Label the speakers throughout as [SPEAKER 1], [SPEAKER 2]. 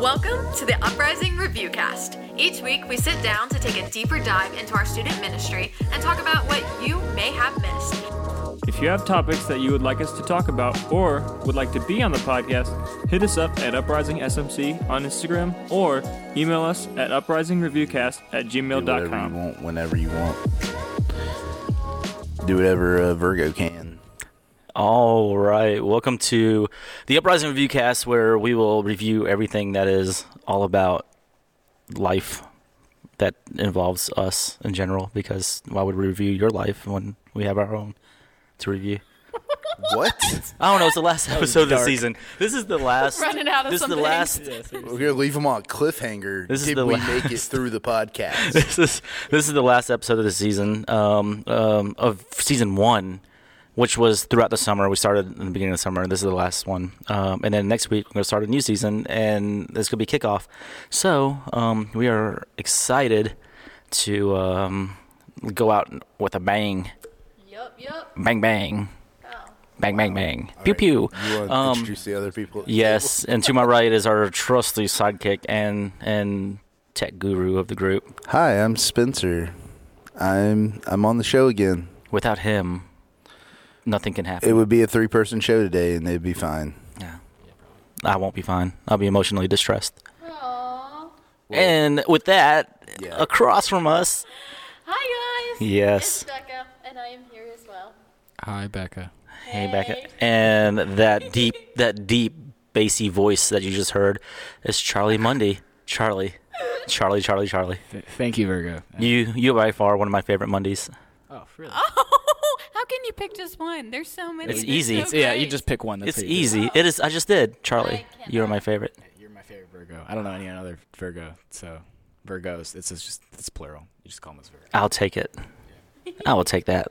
[SPEAKER 1] Welcome to the Uprising Review Cast. Each week, we sit down to take a deeper dive into our student ministry and talk about what you may have missed.
[SPEAKER 2] If you have topics that you would like us to talk about or would like to be on the podcast, hit us up at Uprising SMC on Instagram or email us at uprisingreviewcast at
[SPEAKER 3] Do whatever you
[SPEAKER 2] gmail.com.
[SPEAKER 3] want, whenever you want. Do whatever uh, Virgo can.
[SPEAKER 4] All right, welcome to the Uprising Review Cast, where we will review everything that is all about life that involves us in general. Because why would we review your life when we have our own to review?
[SPEAKER 3] What?
[SPEAKER 4] I don't know. It's the last episode of the
[SPEAKER 2] dark.
[SPEAKER 4] season. This is the last.
[SPEAKER 1] Running out of
[SPEAKER 4] this is the
[SPEAKER 1] something.
[SPEAKER 4] last.
[SPEAKER 3] We're gonna leave them on a cliffhanger.
[SPEAKER 4] This is
[SPEAKER 3] Did
[SPEAKER 4] the
[SPEAKER 3] we
[SPEAKER 4] last.
[SPEAKER 3] make it through the podcast?
[SPEAKER 4] This is this is the last episode of the season um, um, of season one, which was throughout the summer. We started in the beginning of the summer. This is the last one, um, and then next week we're gonna start a new season, and this could be kickoff. So um, we are excited to um, go out with a bang,
[SPEAKER 1] Yup, yup.
[SPEAKER 4] bang, bang, bang, bang, bang, pew pew.
[SPEAKER 3] You want to
[SPEAKER 4] Um,
[SPEAKER 3] introduce the other people? at the
[SPEAKER 4] Yes, and to my right is our trusty sidekick and and tech guru of the group.
[SPEAKER 3] table? Hi, I'm Spencer. I'm I'm on the show again.
[SPEAKER 4] Without him, nothing can happen.
[SPEAKER 3] It would be a three person show today, and they'd be fine.
[SPEAKER 4] Yeah. I won't be fine. I'll be emotionally distressed. and with that,
[SPEAKER 3] Yeah.
[SPEAKER 4] across from us,
[SPEAKER 1] Hi, guys.
[SPEAKER 4] Yes. It's
[SPEAKER 1] Becca, and I am here as well.
[SPEAKER 5] Hi, Becca.
[SPEAKER 4] hey, Becca, and that deep, that deep bassy voice that you just heard is Charlie Mundy. Charlie, Charlie, Charlie, Charlie.
[SPEAKER 5] Th- thank you, Virgo.
[SPEAKER 4] You, you are by far one of my favorite Mondays.
[SPEAKER 5] Oh, really?
[SPEAKER 6] Oh,
[SPEAKER 1] How can you pick just one? There's so many.
[SPEAKER 4] It's easy. It's-
[SPEAKER 5] yeah, you just pick one. That's
[SPEAKER 4] It's
[SPEAKER 5] what you do.
[SPEAKER 4] easy. It is. I just did. Charlie,
[SPEAKER 1] I
[SPEAKER 4] you are my favorite.
[SPEAKER 5] You're my favorite Virgo. I don't know any other Virgo, so Virgos. It's it's just it's plural. You just call them as Virgo.
[SPEAKER 4] I'll take it. I will take that.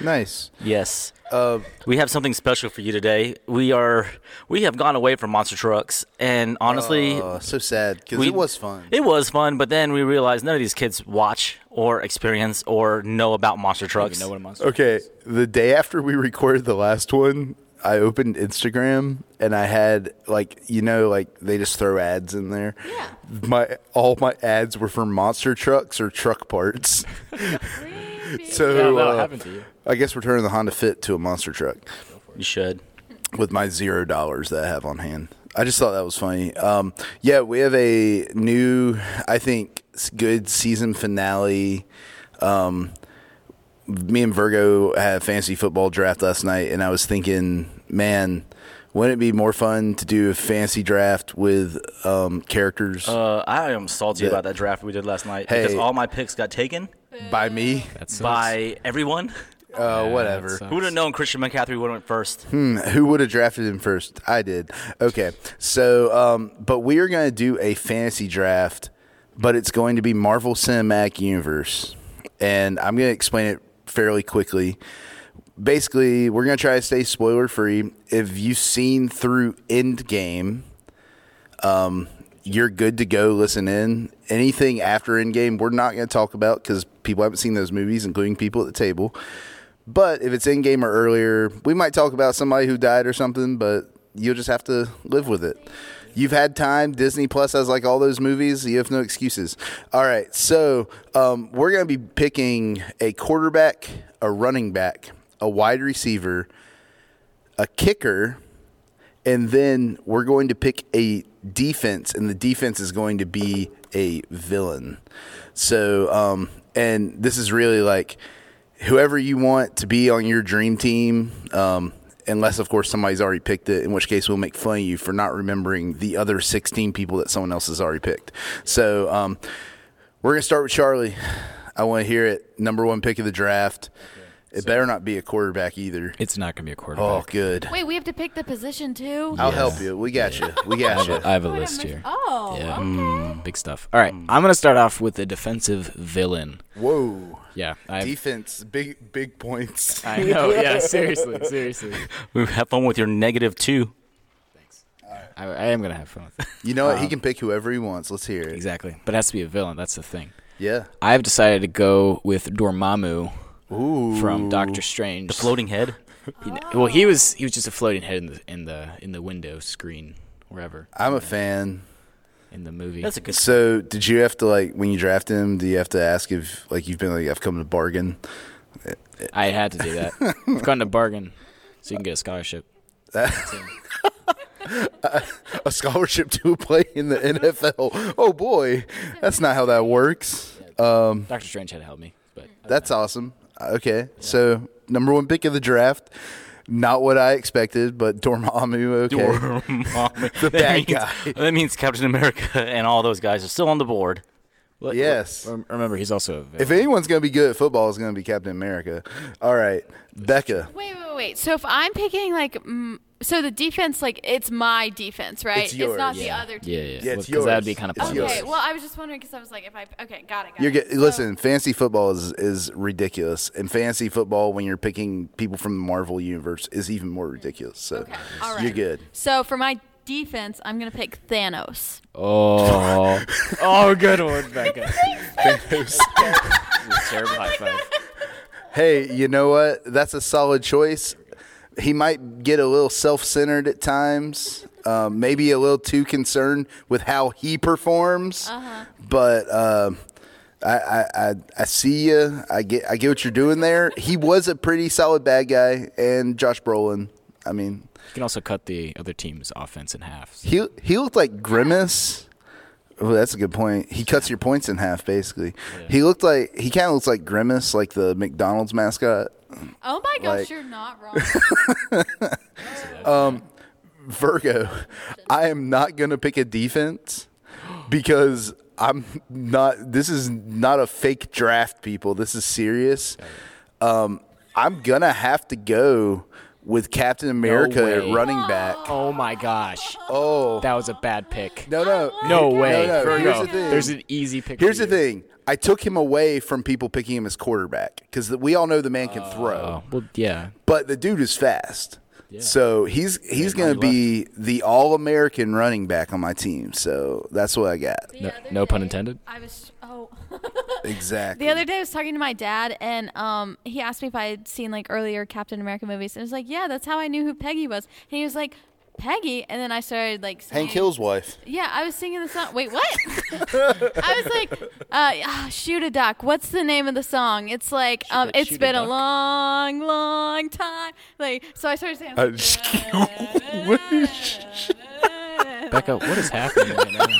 [SPEAKER 3] Nice.
[SPEAKER 4] Yes.
[SPEAKER 3] Uh,
[SPEAKER 4] We have something special for you today. We are we have gone away from monster trucks, and honestly,
[SPEAKER 3] oh, so sad because
[SPEAKER 4] we-
[SPEAKER 3] it was fun.
[SPEAKER 4] It was fun, but then we realized none of these kids watch or experience or know about monster
[SPEAKER 5] I don't
[SPEAKER 4] trucks.
[SPEAKER 5] even know what a monster.
[SPEAKER 3] Okay,
[SPEAKER 5] is.
[SPEAKER 3] the day after we recorded the last one, I opened Instagram and I had like you know like they just throw ads in there. Yeah. My all my ads were for monster trucks or truck parts.
[SPEAKER 5] Yeah,
[SPEAKER 3] so
[SPEAKER 5] that'll
[SPEAKER 3] uh,
[SPEAKER 5] happen to you.
[SPEAKER 3] I guess we're turning the Honda Fit to a monster truck
[SPEAKER 4] you should.
[SPEAKER 3] with my zero dollars that I have on hand. I just thought that was funny. Um, yeah, we have a new, I think, s- good season finale. Um, me and Virgo had fantasy football draft last night, and I was thinking, man, wouldn't it be more fun to do a fantasy draft with um, characters
[SPEAKER 4] Uh, I am salty
[SPEAKER 3] Yeah.
[SPEAKER 4] about that draft we did last night
[SPEAKER 3] Hey.
[SPEAKER 4] because all my picks got taken
[SPEAKER 3] by me?
[SPEAKER 5] That sucks.
[SPEAKER 4] by everyone.
[SPEAKER 3] Uh,
[SPEAKER 5] Yeah,
[SPEAKER 3] whatever.
[SPEAKER 5] that sucks.
[SPEAKER 4] Who would have known Christian McCaffrey would have went first?
[SPEAKER 3] Who would have drafted him first? I did. Okay. So, um, but we are going to do a fantasy draft, but it's going to be Marvel Cinematic Universe. And I'm going to explain it fairly quickly. Basically, we're going to try to stay spoiler free. If you've seen through Endgame, um, you're good to go. Listen in. Anything after Endgame, we're not going to talk about because people haven't seen those movies, including people at the table. But if it's Endgame or earlier, we might talk about somebody who died or something, but you'll just have to live with it. You've had time. Disney Plus has like all those movies. You have no excuses. All right. So um, we're going to be picking a quarterback, a running back, a wide receiver, a kicker and then we're going to pick a defense, and the defense is going to be a villain. So, um, and this is really like whoever you want to be on your dream team, um, unless of course somebody's already picked it, in which case we'll make fun of you for not remembering the other sixteen people that someone else has already picked. So, um, we're gonna start with Charlie. I want to hear it. Number one pick of the draft. It better not be a quarterback either.
[SPEAKER 5] It's not gonna be
[SPEAKER 3] Oh,
[SPEAKER 5] a quarterback.
[SPEAKER 3] good.
[SPEAKER 6] Wait, we have to pick the position too.
[SPEAKER 3] I'll help you. We got you. We got you.
[SPEAKER 5] I have a list here.
[SPEAKER 6] Oh,
[SPEAKER 5] Yeah. Mm, Big stuff. All right, I'm gonna start off with a defensive villain.
[SPEAKER 3] Whoa.
[SPEAKER 5] Yeah. I.
[SPEAKER 3] Defense, big big points.
[SPEAKER 5] I know. Yeah. Seriously. Seriously.
[SPEAKER 4] Have fun with your negative two.
[SPEAKER 5] I, I am gonna have fun with it.
[SPEAKER 3] You know what? He can pick whoever he wants. Let's hear it.
[SPEAKER 5] Exactly. But it has to be a villain. That's the thing.
[SPEAKER 3] Yeah.
[SPEAKER 5] I've decided to go with Dormammu
[SPEAKER 3] Ooh.
[SPEAKER 5] from Doctor Strange.
[SPEAKER 4] The floating head.
[SPEAKER 5] He- well, he was he was just a floating head in the in the in the window screen wherever.
[SPEAKER 3] I'm a fan.
[SPEAKER 5] in the movie.
[SPEAKER 4] That's a good.
[SPEAKER 3] So did you have to like when you draft him? Do you have to ask if like you've been like I've come to bargain?
[SPEAKER 5] I had to do that. I've gone to bargain, so you can get a scholarship.
[SPEAKER 3] a scholarship to play in the NFL. Oh boy, that's not how that works. Um,
[SPEAKER 5] Doctor Strange had to help me, but
[SPEAKER 3] that's awesome. Okay, so number one pick of the draft, not what I expected, but Dormammu. Okay,
[SPEAKER 4] Dormammu.
[SPEAKER 3] The
[SPEAKER 4] That
[SPEAKER 3] bad
[SPEAKER 4] means-
[SPEAKER 3] guy.
[SPEAKER 4] That means Captain America and all those guys are still on the board.
[SPEAKER 3] yes.
[SPEAKER 5] Rem- Remember, he's also a villain.
[SPEAKER 3] If anyone's gonna be good at football, it's gonna be Captain America. All right, Becca.
[SPEAKER 6] Wait, wait, wait. So if I'm picking like, mm, so the defense, like it's my defense, right?
[SPEAKER 3] It's yours.
[SPEAKER 6] not the
[SPEAKER 5] yeah.
[SPEAKER 6] other.
[SPEAKER 5] yeah,
[SPEAKER 6] team.
[SPEAKER 5] yeah,
[SPEAKER 3] Yeah,
[SPEAKER 5] yeah.
[SPEAKER 3] it's
[SPEAKER 5] Because that'd be
[SPEAKER 3] yours.
[SPEAKER 5] kind of
[SPEAKER 3] It's
[SPEAKER 6] Okay.
[SPEAKER 3] yours.
[SPEAKER 6] Well, I was just wondering because I was like, if I okay, got it. Got
[SPEAKER 3] You're
[SPEAKER 6] it.
[SPEAKER 3] get,
[SPEAKER 6] So-
[SPEAKER 3] listen. Fantasy football is, is ridiculous, and fantasy football when you're picking people from the Marvel universe is even more ridiculous. So
[SPEAKER 6] Okay. All right.
[SPEAKER 3] you're good.
[SPEAKER 6] So for my defense, I'm gonna pick Thanos.
[SPEAKER 5] Oh, oh, good one, Becca. Terrible high five.
[SPEAKER 3] Hey, you know what? That's a solid choice. He might get a little self centered at times, um, maybe a little too concerned with how he performs.
[SPEAKER 6] Uh-huh.
[SPEAKER 3] But um I, I, I, I see you. I get, I get what you're doing there. He was a pretty solid bad guy, and Josh Brolin. I mean,
[SPEAKER 5] You can also cut the other team's offense in half. So
[SPEAKER 3] he he looked like Grimace. Oh, that's a good point. He cuts your points in half, basically. He looked like he kind of looks like Grimace, like the McDonald's mascot.
[SPEAKER 6] Oh my gosh,
[SPEAKER 3] Like-
[SPEAKER 6] you're not wrong.
[SPEAKER 3] Virgo, I am not going to pick a defense because I'm not. This is not a fake draft, people. This is serious. Um, I'm gonna have to go with Captain America
[SPEAKER 5] way.
[SPEAKER 3] at running back.
[SPEAKER 5] Oh my gosh.
[SPEAKER 3] Oh
[SPEAKER 5] That was a bad pick.
[SPEAKER 3] no, no,
[SPEAKER 5] No way.
[SPEAKER 3] No, no.
[SPEAKER 5] Virgo.
[SPEAKER 3] Here's the thing.
[SPEAKER 5] There's an easy pick.
[SPEAKER 3] Here's
[SPEAKER 5] for
[SPEAKER 3] the
[SPEAKER 5] you.
[SPEAKER 3] thing. I took him away from people picking him as quarterback because we all know the man can throw,
[SPEAKER 5] Oh, well, yeah.
[SPEAKER 3] but the dude is fast. So he's he's
[SPEAKER 5] Man,
[SPEAKER 3] going to
[SPEAKER 5] on
[SPEAKER 3] be the all-American running back on my team. So that's what I got.
[SPEAKER 6] The
[SPEAKER 5] No,
[SPEAKER 6] other
[SPEAKER 5] no pun
[SPEAKER 6] day,
[SPEAKER 5] intended.
[SPEAKER 6] I was oh.
[SPEAKER 3] Exactly.
[SPEAKER 6] The other day, I was talking to my dad, and um, he asked me if I had seen like earlier Captain America movies. And I was like, "Yeah, that's how I knew who Peggy was." And he was like, "Peggy," and then I started like
[SPEAKER 3] Hank
[SPEAKER 6] singing-
[SPEAKER 3] Hill's wife.
[SPEAKER 6] Yeah, I was singing the song. Wait, what? I was like, uh, ah, "Shoot a duck." What's the name of the song? It's like, um,
[SPEAKER 5] a-
[SPEAKER 6] it's
[SPEAKER 5] shoot a
[SPEAKER 6] been a,
[SPEAKER 5] duck.
[SPEAKER 6] long, long time. Like, so I started saying.
[SPEAKER 3] Uh,
[SPEAKER 5] Becca, what is happening right now?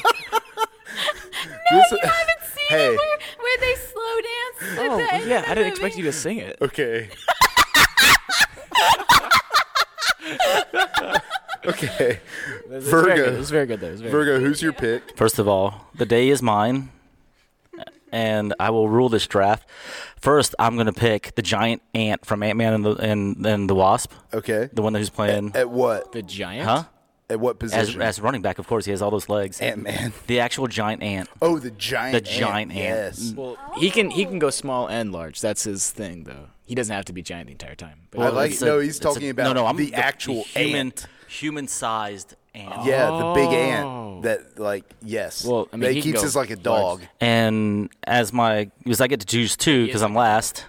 [SPEAKER 3] This-
[SPEAKER 6] you haven't seen
[SPEAKER 3] Hey.
[SPEAKER 6] it where, where they slow dance. at
[SPEAKER 5] Oh,
[SPEAKER 6] the end of
[SPEAKER 5] yeah.
[SPEAKER 6] the
[SPEAKER 5] I didn't
[SPEAKER 6] movie?
[SPEAKER 5] expect you to sing it.
[SPEAKER 3] okay. okay.
[SPEAKER 5] It's very
[SPEAKER 3] Virgo.
[SPEAKER 5] good. It was very good, though. It was very good.
[SPEAKER 3] Virgo, who's your pick?
[SPEAKER 4] First of all, the day is mine, and I will rule this draft. First, I'm going to pick the giant ant from Ant Man and the and, and the Wasp,
[SPEAKER 3] Okay.
[SPEAKER 4] the one who's playing
[SPEAKER 3] At what?
[SPEAKER 5] The Giant?
[SPEAKER 4] Huh?
[SPEAKER 3] At what
[SPEAKER 4] as
[SPEAKER 3] position?
[SPEAKER 4] as running back. Of course, he has all those legs.
[SPEAKER 3] Ant-Man.
[SPEAKER 4] the actual giant ant.
[SPEAKER 3] Oh, the giant.
[SPEAKER 4] The giant ant.
[SPEAKER 3] Yes.
[SPEAKER 5] Well, he can he can go small and large. That's his thing, though. He doesn't have to be giant the entire time. But
[SPEAKER 3] I like-
[SPEAKER 4] it's
[SPEAKER 3] no, he's
[SPEAKER 4] it's
[SPEAKER 3] talking about the actual
[SPEAKER 4] human
[SPEAKER 3] ant.
[SPEAKER 4] human sized ant.
[SPEAKER 3] Yeah, the big
[SPEAKER 5] Oh.
[SPEAKER 3] ant that like yes.
[SPEAKER 5] Well, I mean,
[SPEAKER 3] that
[SPEAKER 5] he can
[SPEAKER 3] keeps
[SPEAKER 5] go
[SPEAKER 3] us like a
[SPEAKER 5] large.
[SPEAKER 3] dog.
[SPEAKER 4] And as my because I get to choose two because I'm last.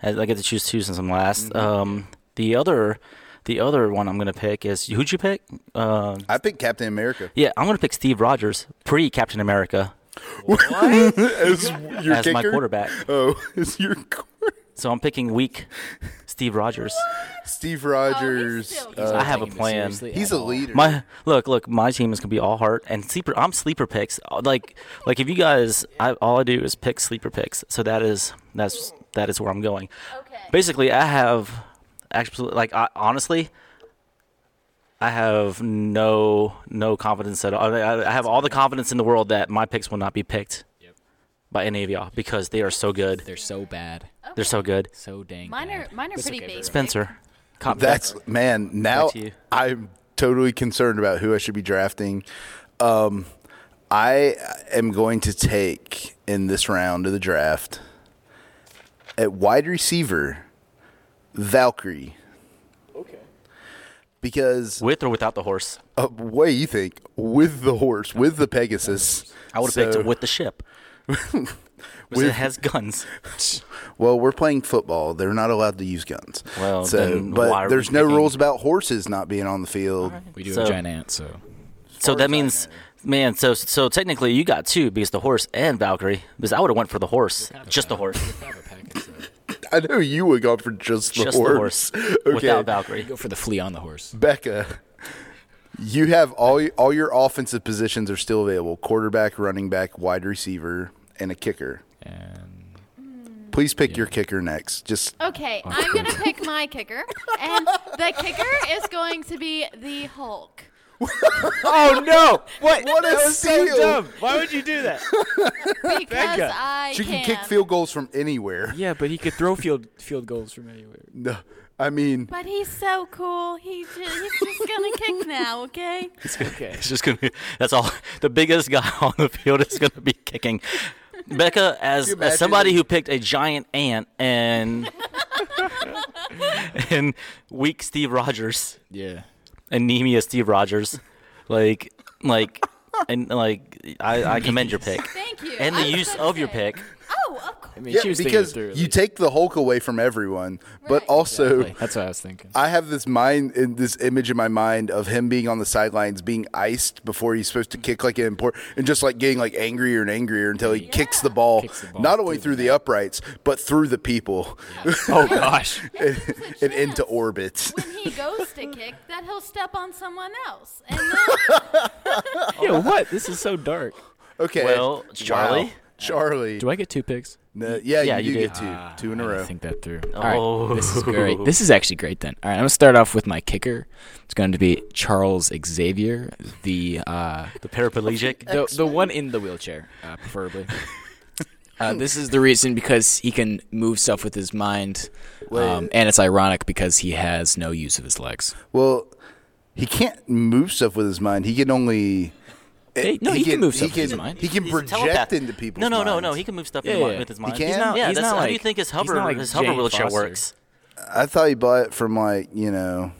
[SPEAKER 4] I I get to choose two since I'm last.
[SPEAKER 3] Mm-hmm.
[SPEAKER 4] Um, the other the other one I'm gonna pick is who'd you pick? Uh,
[SPEAKER 3] I picked Captain America.
[SPEAKER 4] yeah, I'm gonna pick Steve Rogers pre Captain America
[SPEAKER 3] as your
[SPEAKER 4] as my
[SPEAKER 3] kicker?
[SPEAKER 4] quarterback.
[SPEAKER 3] Oh, as your quar-
[SPEAKER 4] So I'm picking weak Steve Rogers.
[SPEAKER 3] Steve Rogers.
[SPEAKER 6] still-
[SPEAKER 3] uh,
[SPEAKER 4] I have a
[SPEAKER 5] taking this
[SPEAKER 4] plan.
[SPEAKER 5] seriously
[SPEAKER 3] he's
[SPEAKER 5] at
[SPEAKER 3] a
[SPEAKER 5] all.
[SPEAKER 3] leader.
[SPEAKER 4] My look, look, my team is gonna be all heart and sleeper. I'm sleeper picks. Like, like if you guys, I, all I do is pick sleeper picks. So that is that's that is where I'm going.
[SPEAKER 6] Okay.
[SPEAKER 4] Basically, I have actually like I, honestly, I have no no confidence at all. I, I have all the confidence in the world that my picks will not be picked by any of y'all because they are so good.
[SPEAKER 5] They're so bad.
[SPEAKER 4] They're so good.
[SPEAKER 5] So dang.
[SPEAKER 6] Oh. Mine are
[SPEAKER 5] bad.
[SPEAKER 6] mine are
[SPEAKER 5] That's
[SPEAKER 6] pretty
[SPEAKER 5] okay,
[SPEAKER 6] basic.
[SPEAKER 4] Spencer, cop
[SPEAKER 3] That's
[SPEAKER 4] back.
[SPEAKER 3] man. Now
[SPEAKER 4] Back to you.
[SPEAKER 3] I'm totally concerned about who I should be drafting. Um, I am going to take in this round of the draft at wide receiver Valkyrie. Okay. Because
[SPEAKER 4] with or without the horse.
[SPEAKER 3] uh, what do you think with the horse with the Pegasus?
[SPEAKER 4] I would have picked
[SPEAKER 3] So-
[SPEAKER 4] it with the ship. 'Cause
[SPEAKER 3] With-
[SPEAKER 4] it has guns.
[SPEAKER 3] Well, we're playing football. They're not allowed to use guns.
[SPEAKER 4] Well,
[SPEAKER 3] so,
[SPEAKER 4] then why
[SPEAKER 3] but
[SPEAKER 4] are
[SPEAKER 3] there's
[SPEAKER 4] we
[SPEAKER 3] no
[SPEAKER 4] picking-
[SPEAKER 3] rules about horses not being on the field.
[SPEAKER 5] We do
[SPEAKER 4] So-
[SPEAKER 5] have giant ants, so
[SPEAKER 4] So
[SPEAKER 3] as I
[SPEAKER 4] that means Man, so so technically you got two because the horse and Valkyrie. Because I would have went for the horse, just the horse,
[SPEAKER 5] Have a pack, so.
[SPEAKER 3] I know you would go for just the
[SPEAKER 4] just
[SPEAKER 3] horse.
[SPEAKER 4] the horse,
[SPEAKER 3] okay,
[SPEAKER 4] without Valkyrie.
[SPEAKER 5] Go for the flea on the horse.
[SPEAKER 3] Becca, you have all all your offensive positions are still available: quarterback, running back, wide receiver, and a kicker.
[SPEAKER 5] And
[SPEAKER 3] Please pick your kicker next. Just
[SPEAKER 6] Okay, I'm gonna pick my kicker, and the kicker is going to be the Hulk.
[SPEAKER 5] oh no! What?
[SPEAKER 3] What a
[SPEAKER 5] that was so
[SPEAKER 3] steal.
[SPEAKER 5] dumb. Why would you do that?
[SPEAKER 6] Because
[SPEAKER 5] Becca,
[SPEAKER 6] I
[SPEAKER 3] she can
[SPEAKER 6] can.
[SPEAKER 3] kick field goals from anywhere.
[SPEAKER 5] yeah, but he could throw field field goals from anywhere.
[SPEAKER 3] No, I mean,
[SPEAKER 6] But he's so cool. He ju- he's just gonna kick now. Okay.
[SPEAKER 5] Okay.
[SPEAKER 4] It's just gonna be that's all. The biggest guy on the field is gonna be kicking. Becca, as,
[SPEAKER 3] you
[SPEAKER 4] as somebody
[SPEAKER 3] imagine?
[SPEAKER 4] who picked a giant ant and and weak Steve Rogers,
[SPEAKER 5] Yeah.
[SPEAKER 4] anemia Steve Rogers, like like and like I, I commend your pick
[SPEAKER 6] Thank you.
[SPEAKER 4] and
[SPEAKER 6] I
[SPEAKER 4] the
[SPEAKER 6] was
[SPEAKER 4] use
[SPEAKER 6] about to
[SPEAKER 4] of your
[SPEAKER 6] say-
[SPEAKER 4] pick.
[SPEAKER 6] Oh, of course.
[SPEAKER 5] I mean,
[SPEAKER 3] yeah,
[SPEAKER 5] she was thinking
[SPEAKER 3] because
[SPEAKER 5] through,
[SPEAKER 3] you
[SPEAKER 5] like,
[SPEAKER 3] take the Hulk away from everyone, but
[SPEAKER 6] Right.
[SPEAKER 3] also.
[SPEAKER 5] like, that's what I was thinking.
[SPEAKER 3] I have this mind in this image in my mind of him being on the sidelines being iced before he's supposed to kick like an important and just like getting like angrier and angrier until he kicks, the ball,
[SPEAKER 5] Kicks the ball
[SPEAKER 3] not only through the uprights but through the people
[SPEAKER 5] oh gosh.
[SPEAKER 6] It's a
[SPEAKER 3] and into
[SPEAKER 6] chance.
[SPEAKER 3] orbit.
[SPEAKER 6] When he goes to kick, that he'll step on someone else, and then
[SPEAKER 5] yeah. What? This is so dark.
[SPEAKER 3] Okay.
[SPEAKER 4] Well,
[SPEAKER 3] Wow.
[SPEAKER 4] Charlie?
[SPEAKER 3] Charlie.
[SPEAKER 5] Do I get two picks?
[SPEAKER 3] No, yeah,
[SPEAKER 4] Yeah,
[SPEAKER 3] you,
[SPEAKER 4] you
[SPEAKER 3] do
[SPEAKER 4] do.
[SPEAKER 3] get two. two in a
[SPEAKER 5] Ah, I didn't
[SPEAKER 3] row.
[SPEAKER 5] Think that through. All right,
[SPEAKER 4] Oh.
[SPEAKER 5] this is great. This is actually great. Then, all right, I'm gonna start off with my kicker. It's going to be Charles Xavier, the uh,
[SPEAKER 4] The paraplegic.
[SPEAKER 5] the, the one in the wheelchair, uh, preferably. Uh, this is the reason because he can move stuff with his mind, um, and it's ironic because he has no use of his legs.
[SPEAKER 3] Well, he can't move stuff with his mind. He can only eh,
[SPEAKER 5] Hey, no, he, can, move stuff with his mind.
[SPEAKER 3] He can
[SPEAKER 4] He's a telepath.
[SPEAKER 3] project into people.
[SPEAKER 4] No, no, no, no. He can move stuff in
[SPEAKER 5] Yeah,
[SPEAKER 4] the mi-
[SPEAKER 5] yeah.
[SPEAKER 4] with his
[SPEAKER 5] He
[SPEAKER 4] mind.
[SPEAKER 3] can?
[SPEAKER 5] He's not-
[SPEAKER 4] yeah,
[SPEAKER 5] he's
[SPEAKER 4] that's,
[SPEAKER 5] not
[SPEAKER 4] how do you
[SPEAKER 5] like-
[SPEAKER 4] think his
[SPEAKER 5] he's not
[SPEAKER 4] hover
[SPEAKER 5] like
[SPEAKER 4] his hover
[SPEAKER 5] Jane
[SPEAKER 4] wheelchair
[SPEAKER 5] Foster.
[SPEAKER 4] works?
[SPEAKER 3] I thought he bought it from like you know.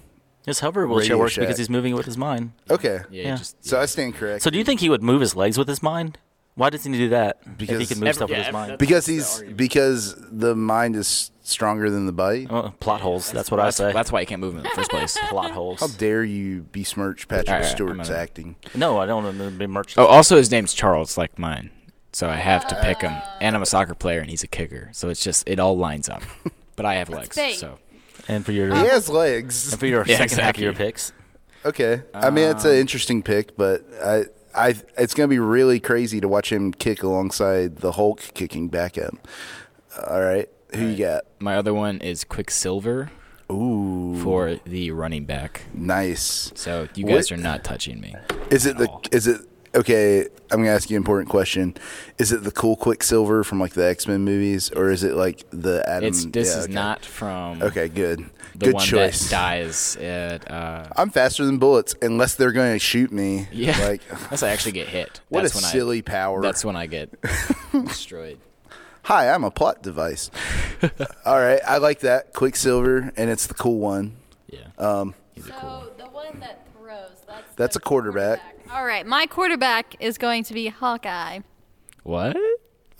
[SPEAKER 4] His hover wheelchair
[SPEAKER 3] Radio
[SPEAKER 4] works
[SPEAKER 3] Shack.
[SPEAKER 4] because he's moving it with his mind.
[SPEAKER 3] Okay.
[SPEAKER 5] Yeah,
[SPEAKER 4] Yeah.
[SPEAKER 5] just
[SPEAKER 3] So I stand corrected.
[SPEAKER 4] So do you think he would move his legs with his mind? Why doesn't he do that? if
[SPEAKER 3] Because
[SPEAKER 4] he could move
[SPEAKER 5] every-
[SPEAKER 4] stuff
[SPEAKER 5] yeah,
[SPEAKER 4] with his
[SPEAKER 5] every-
[SPEAKER 4] mind.
[SPEAKER 3] because he's because the mind is stronger than the body.
[SPEAKER 4] Oh, plot holes. That's what I
[SPEAKER 5] that's,
[SPEAKER 4] say.
[SPEAKER 5] that's why he can't move in the first place.
[SPEAKER 4] plot
[SPEAKER 3] How
[SPEAKER 4] holes.
[SPEAKER 3] dare you besmirch Patrick
[SPEAKER 5] All right, I'm
[SPEAKER 3] Stewart's
[SPEAKER 5] gonna-
[SPEAKER 3] acting?
[SPEAKER 4] No, I don't want to be merch.
[SPEAKER 5] Oh, also his name's Charles, like mine, so I have to pick him.
[SPEAKER 3] Ah.
[SPEAKER 5] And I'm a soccer player, and he's a kicker, so it's just it all lines up. But I have legs,
[SPEAKER 6] fate.
[SPEAKER 5] so
[SPEAKER 4] And for your
[SPEAKER 3] He has
[SPEAKER 4] and
[SPEAKER 3] legs.
[SPEAKER 4] for your
[SPEAKER 5] Yeah,
[SPEAKER 4] second half of your
[SPEAKER 5] exactly.
[SPEAKER 4] picks.
[SPEAKER 3] Okay, I mean it's an
[SPEAKER 5] Um,
[SPEAKER 3] interesting pick, but I. I, it's going to be really crazy to watch him kick alongside the Hulk kicking back at him. All right, who you got?
[SPEAKER 5] my other one is Quicksilver
[SPEAKER 3] Ooh,
[SPEAKER 5] for the running back.
[SPEAKER 3] nice.
[SPEAKER 5] So you
[SPEAKER 3] What-
[SPEAKER 5] guys are not touching me.
[SPEAKER 3] Is it the? Is it okay? I'm going to ask you an important question. Is it the cool Quicksilver from like the X Men movies, or is it like the Adam?
[SPEAKER 5] It's this
[SPEAKER 3] Um, yeah,
[SPEAKER 5] is
[SPEAKER 3] okay.
[SPEAKER 5] not from
[SPEAKER 3] Okay, good.
[SPEAKER 5] the
[SPEAKER 3] good
[SPEAKER 5] one
[SPEAKER 3] choice.
[SPEAKER 5] that dies at. Uh,
[SPEAKER 3] I'm faster than bullets unless they're going to shoot me.
[SPEAKER 5] yeah,
[SPEAKER 3] Like,
[SPEAKER 5] unless I actually get hit.
[SPEAKER 3] what
[SPEAKER 5] that's
[SPEAKER 3] a
[SPEAKER 5] when
[SPEAKER 3] silly power.
[SPEAKER 5] I, That's when I get destroyed.
[SPEAKER 3] Hi, I'm a plot device. All right, I like that. Quicksilver, and it's the cool one.
[SPEAKER 5] Yeah. Um, He's a cool one.
[SPEAKER 6] So the one that throws. That's
[SPEAKER 3] That's
[SPEAKER 6] the
[SPEAKER 3] a quarterback.
[SPEAKER 6] All right, my quarterback is going to be Hawkeye.
[SPEAKER 5] What?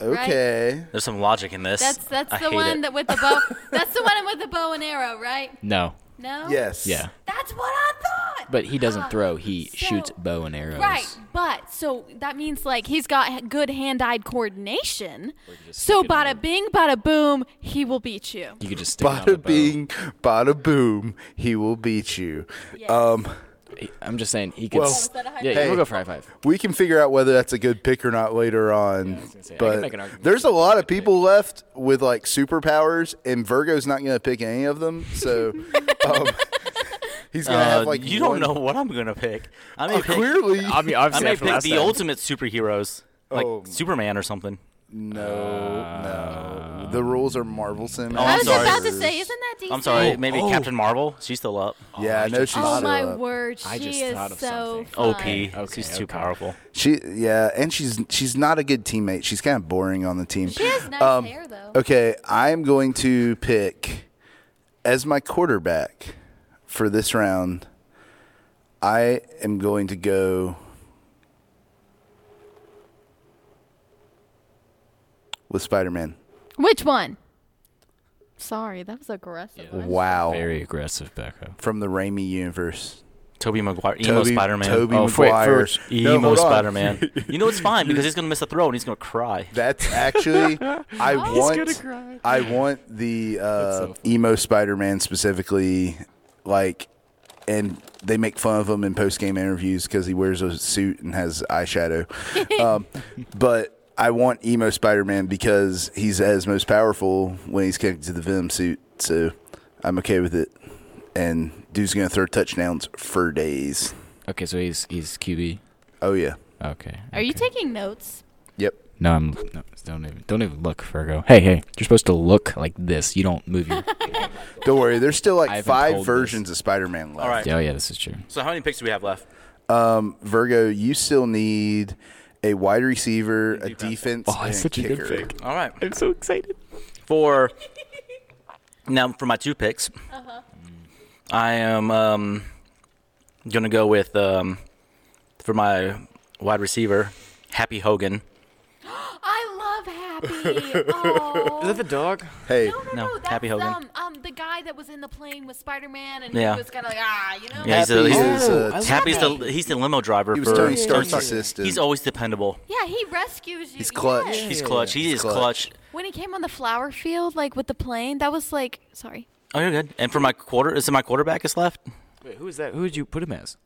[SPEAKER 3] Okay.
[SPEAKER 4] There's some logic in this.
[SPEAKER 6] That's that's
[SPEAKER 4] I
[SPEAKER 6] the
[SPEAKER 4] hate
[SPEAKER 6] one
[SPEAKER 4] it.
[SPEAKER 6] that with the bow. that's the one with the bow and arrow, right?
[SPEAKER 5] No.
[SPEAKER 6] No.
[SPEAKER 3] Yes.
[SPEAKER 5] Yeah.
[SPEAKER 6] That's what I thought.
[SPEAKER 5] But he
[SPEAKER 3] Ah,
[SPEAKER 5] doesn't throw. He
[SPEAKER 6] So-
[SPEAKER 5] shoots bow and arrows.
[SPEAKER 6] Right, but so that means like he's got h- good hand-eye coordination. So bada bing, bada boom, he will beat you.
[SPEAKER 5] You could just stick it on the
[SPEAKER 3] Bada
[SPEAKER 5] bow.
[SPEAKER 3] bing, bada boom. He will beat you. Um,
[SPEAKER 5] He- I'm just saying he could.
[SPEAKER 3] Well-
[SPEAKER 6] Was
[SPEAKER 5] s-
[SPEAKER 6] that a high
[SPEAKER 5] yeah,
[SPEAKER 6] five?
[SPEAKER 5] we'll go for high five.
[SPEAKER 3] we can figure out whether that's a good pick or not later on.
[SPEAKER 5] say, I can
[SPEAKER 3] but
[SPEAKER 5] make an argument
[SPEAKER 3] there's a
[SPEAKER 5] for it.
[SPEAKER 3] lot of people left with like superpowers, and Virgo's not going to pick any of them. So um, he's going to
[SPEAKER 4] Uh,
[SPEAKER 3] have like
[SPEAKER 4] you don't
[SPEAKER 3] one-
[SPEAKER 4] know what I'm gonna pick. I may
[SPEAKER 3] Oh,
[SPEAKER 4] pick,
[SPEAKER 3] clearly,
[SPEAKER 5] I mean,
[SPEAKER 4] I
[SPEAKER 5] obviously,
[SPEAKER 4] may
[SPEAKER 5] after
[SPEAKER 4] pick
[SPEAKER 5] last
[SPEAKER 4] the
[SPEAKER 5] time.
[SPEAKER 4] ultimate superheroes, like
[SPEAKER 3] Oh.
[SPEAKER 4] Superman or something.
[SPEAKER 3] No, no. The rules are Marvel Cinematic.
[SPEAKER 4] I'm
[SPEAKER 6] I was
[SPEAKER 4] sorry.
[SPEAKER 6] about to say, isn't that DC?
[SPEAKER 4] I'm sorry,
[SPEAKER 5] Oh,
[SPEAKER 4] maybe
[SPEAKER 5] oh.
[SPEAKER 4] Captain Marvel. She's still up.
[SPEAKER 3] Yeah, I know she's uh,
[SPEAKER 6] Oh
[SPEAKER 3] still
[SPEAKER 6] my
[SPEAKER 3] up.
[SPEAKER 6] word, she
[SPEAKER 5] I just
[SPEAKER 6] is
[SPEAKER 5] thought of
[SPEAKER 6] so
[SPEAKER 5] something.
[SPEAKER 6] fun.
[SPEAKER 4] OP. she's
[SPEAKER 5] okay.
[SPEAKER 4] too powerful.
[SPEAKER 3] She, yeah, and she's she's not a good teammate. She's kind of boring on the team.
[SPEAKER 6] She has nice hair though.
[SPEAKER 3] Okay, I'm going to pick as my quarterback for this round. I am going to go with Spider-Man.
[SPEAKER 6] Which one? Sorry, that was aggressive.
[SPEAKER 3] Wow,
[SPEAKER 5] Very aggressive, Becca.
[SPEAKER 3] from the Raimi universe.
[SPEAKER 4] Toby Maguire, emo Spider Man.
[SPEAKER 3] Toby
[SPEAKER 5] Oh, for- for-
[SPEAKER 3] Maguire.
[SPEAKER 4] Emo
[SPEAKER 3] hold on.
[SPEAKER 4] Spider Man. You know it's fine because he's gonna miss a throw and he's gonna cry.
[SPEAKER 3] That's actually I
[SPEAKER 2] gonna
[SPEAKER 3] want
[SPEAKER 2] cry.
[SPEAKER 3] I want the uh,
[SPEAKER 5] so funny.
[SPEAKER 3] emo Spider-Man specifically like and they make fun of him in post-game interviews because he wears a suit and has eyeshadow. um, but I want emo Spider-Man because he's at his most powerful when he's connected to the Venom suit. So I'm okay with it. And dude's gonna throw touchdowns for days.
[SPEAKER 5] Okay, so he's he's QB.
[SPEAKER 3] Oh yeah.
[SPEAKER 5] Okay.
[SPEAKER 6] Are you taking notes?
[SPEAKER 3] Yep.
[SPEAKER 5] No, I'm. No, don't even. Don't even look, Virgo. Hey, hey. You're supposed to look like this. You don't move your.
[SPEAKER 3] Don't worry. There's still
[SPEAKER 5] I
[SPEAKER 3] like
[SPEAKER 5] haven't told
[SPEAKER 3] five
[SPEAKER 5] this.
[SPEAKER 3] versions of Spider-Man left.
[SPEAKER 4] All right.
[SPEAKER 5] yeah, oh, yeah. This is true.
[SPEAKER 4] So how many picks do we have left?
[SPEAKER 3] Um, Virgo, you still need a wide receiver, a defense,
[SPEAKER 5] Oh,
[SPEAKER 3] and
[SPEAKER 5] it's
[SPEAKER 3] a
[SPEAKER 5] such a
[SPEAKER 3] kicker.
[SPEAKER 5] good pick.
[SPEAKER 4] All right.
[SPEAKER 5] I'm so excited.
[SPEAKER 4] For now, for my two picks, I am um, gonna go with um, for my wide receiver, Happy Hogan.
[SPEAKER 6] I love Happy. Oh.
[SPEAKER 5] the dog?
[SPEAKER 3] Hey,
[SPEAKER 6] No, no,
[SPEAKER 4] No,
[SPEAKER 6] no, that's
[SPEAKER 4] Happy Hogan.
[SPEAKER 6] Um, um, the guy that was in the plane with Spider-Man, and
[SPEAKER 4] Yeah.
[SPEAKER 6] he was kind of like, ah, you know.
[SPEAKER 4] Yeah, he's a,
[SPEAKER 3] Happy
[SPEAKER 4] he's
[SPEAKER 3] is, uh,
[SPEAKER 5] I love
[SPEAKER 4] Happy's
[SPEAKER 6] Happy.
[SPEAKER 4] the he's the limo driver
[SPEAKER 3] he was
[SPEAKER 4] for
[SPEAKER 3] Tony Stark's
[SPEAKER 4] Stark.
[SPEAKER 3] assistant.
[SPEAKER 4] He's always dependable.
[SPEAKER 6] Yeah, he rescues you.
[SPEAKER 3] He's clutch.
[SPEAKER 6] yes.
[SPEAKER 4] He's clutch. He is clutch.
[SPEAKER 3] clutch.
[SPEAKER 6] When he came on the flower field, like with the plane, that was like, sorry,
[SPEAKER 4] Oh, you're good. And for my quarter, is it my quarterback is left?
[SPEAKER 5] Wait, who is that? Who would you put him as?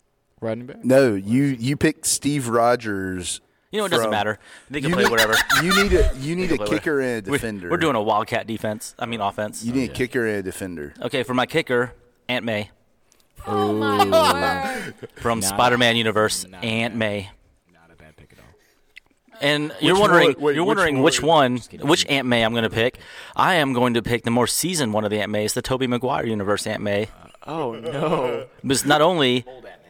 [SPEAKER 5] Running back.
[SPEAKER 3] no, you you picked Steve Rogers.
[SPEAKER 4] You know, it doesn't
[SPEAKER 3] from-
[SPEAKER 4] matter. They can
[SPEAKER 3] You
[SPEAKER 4] play
[SPEAKER 3] need-
[SPEAKER 4] whatever.
[SPEAKER 3] You need a you need a
[SPEAKER 4] Play whatever.
[SPEAKER 3] kicker and a
[SPEAKER 4] We-
[SPEAKER 3] defender.
[SPEAKER 4] We're doing a wildcat defense. I mean offense.
[SPEAKER 3] You need a kicker and a defender.
[SPEAKER 4] Okay, for my kicker, Aunt May
[SPEAKER 6] oh my word.
[SPEAKER 4] from Spider-Man universe, Aunt May.
[SPEAKER 5] Not a bad pick at all.
[SPEAKER 4] And you're wondering,
[SPEAKER 3] one- wait,
[SPEAKER 4] you're
[SPEAKER 3] which
[SPEAKER 4] wondering which one,
[SPEAKER 5] kidding.
[SPEAKER 4] which Aunt May I'm going to pick. I am going to pick the more seasoned one of the Aunt Mays, the Toby Maguire universe Aunt May.
[SPEAKER 3] Uh,
[SPEAKER 5] Oh no.
[SPEAKER 4] Because not only,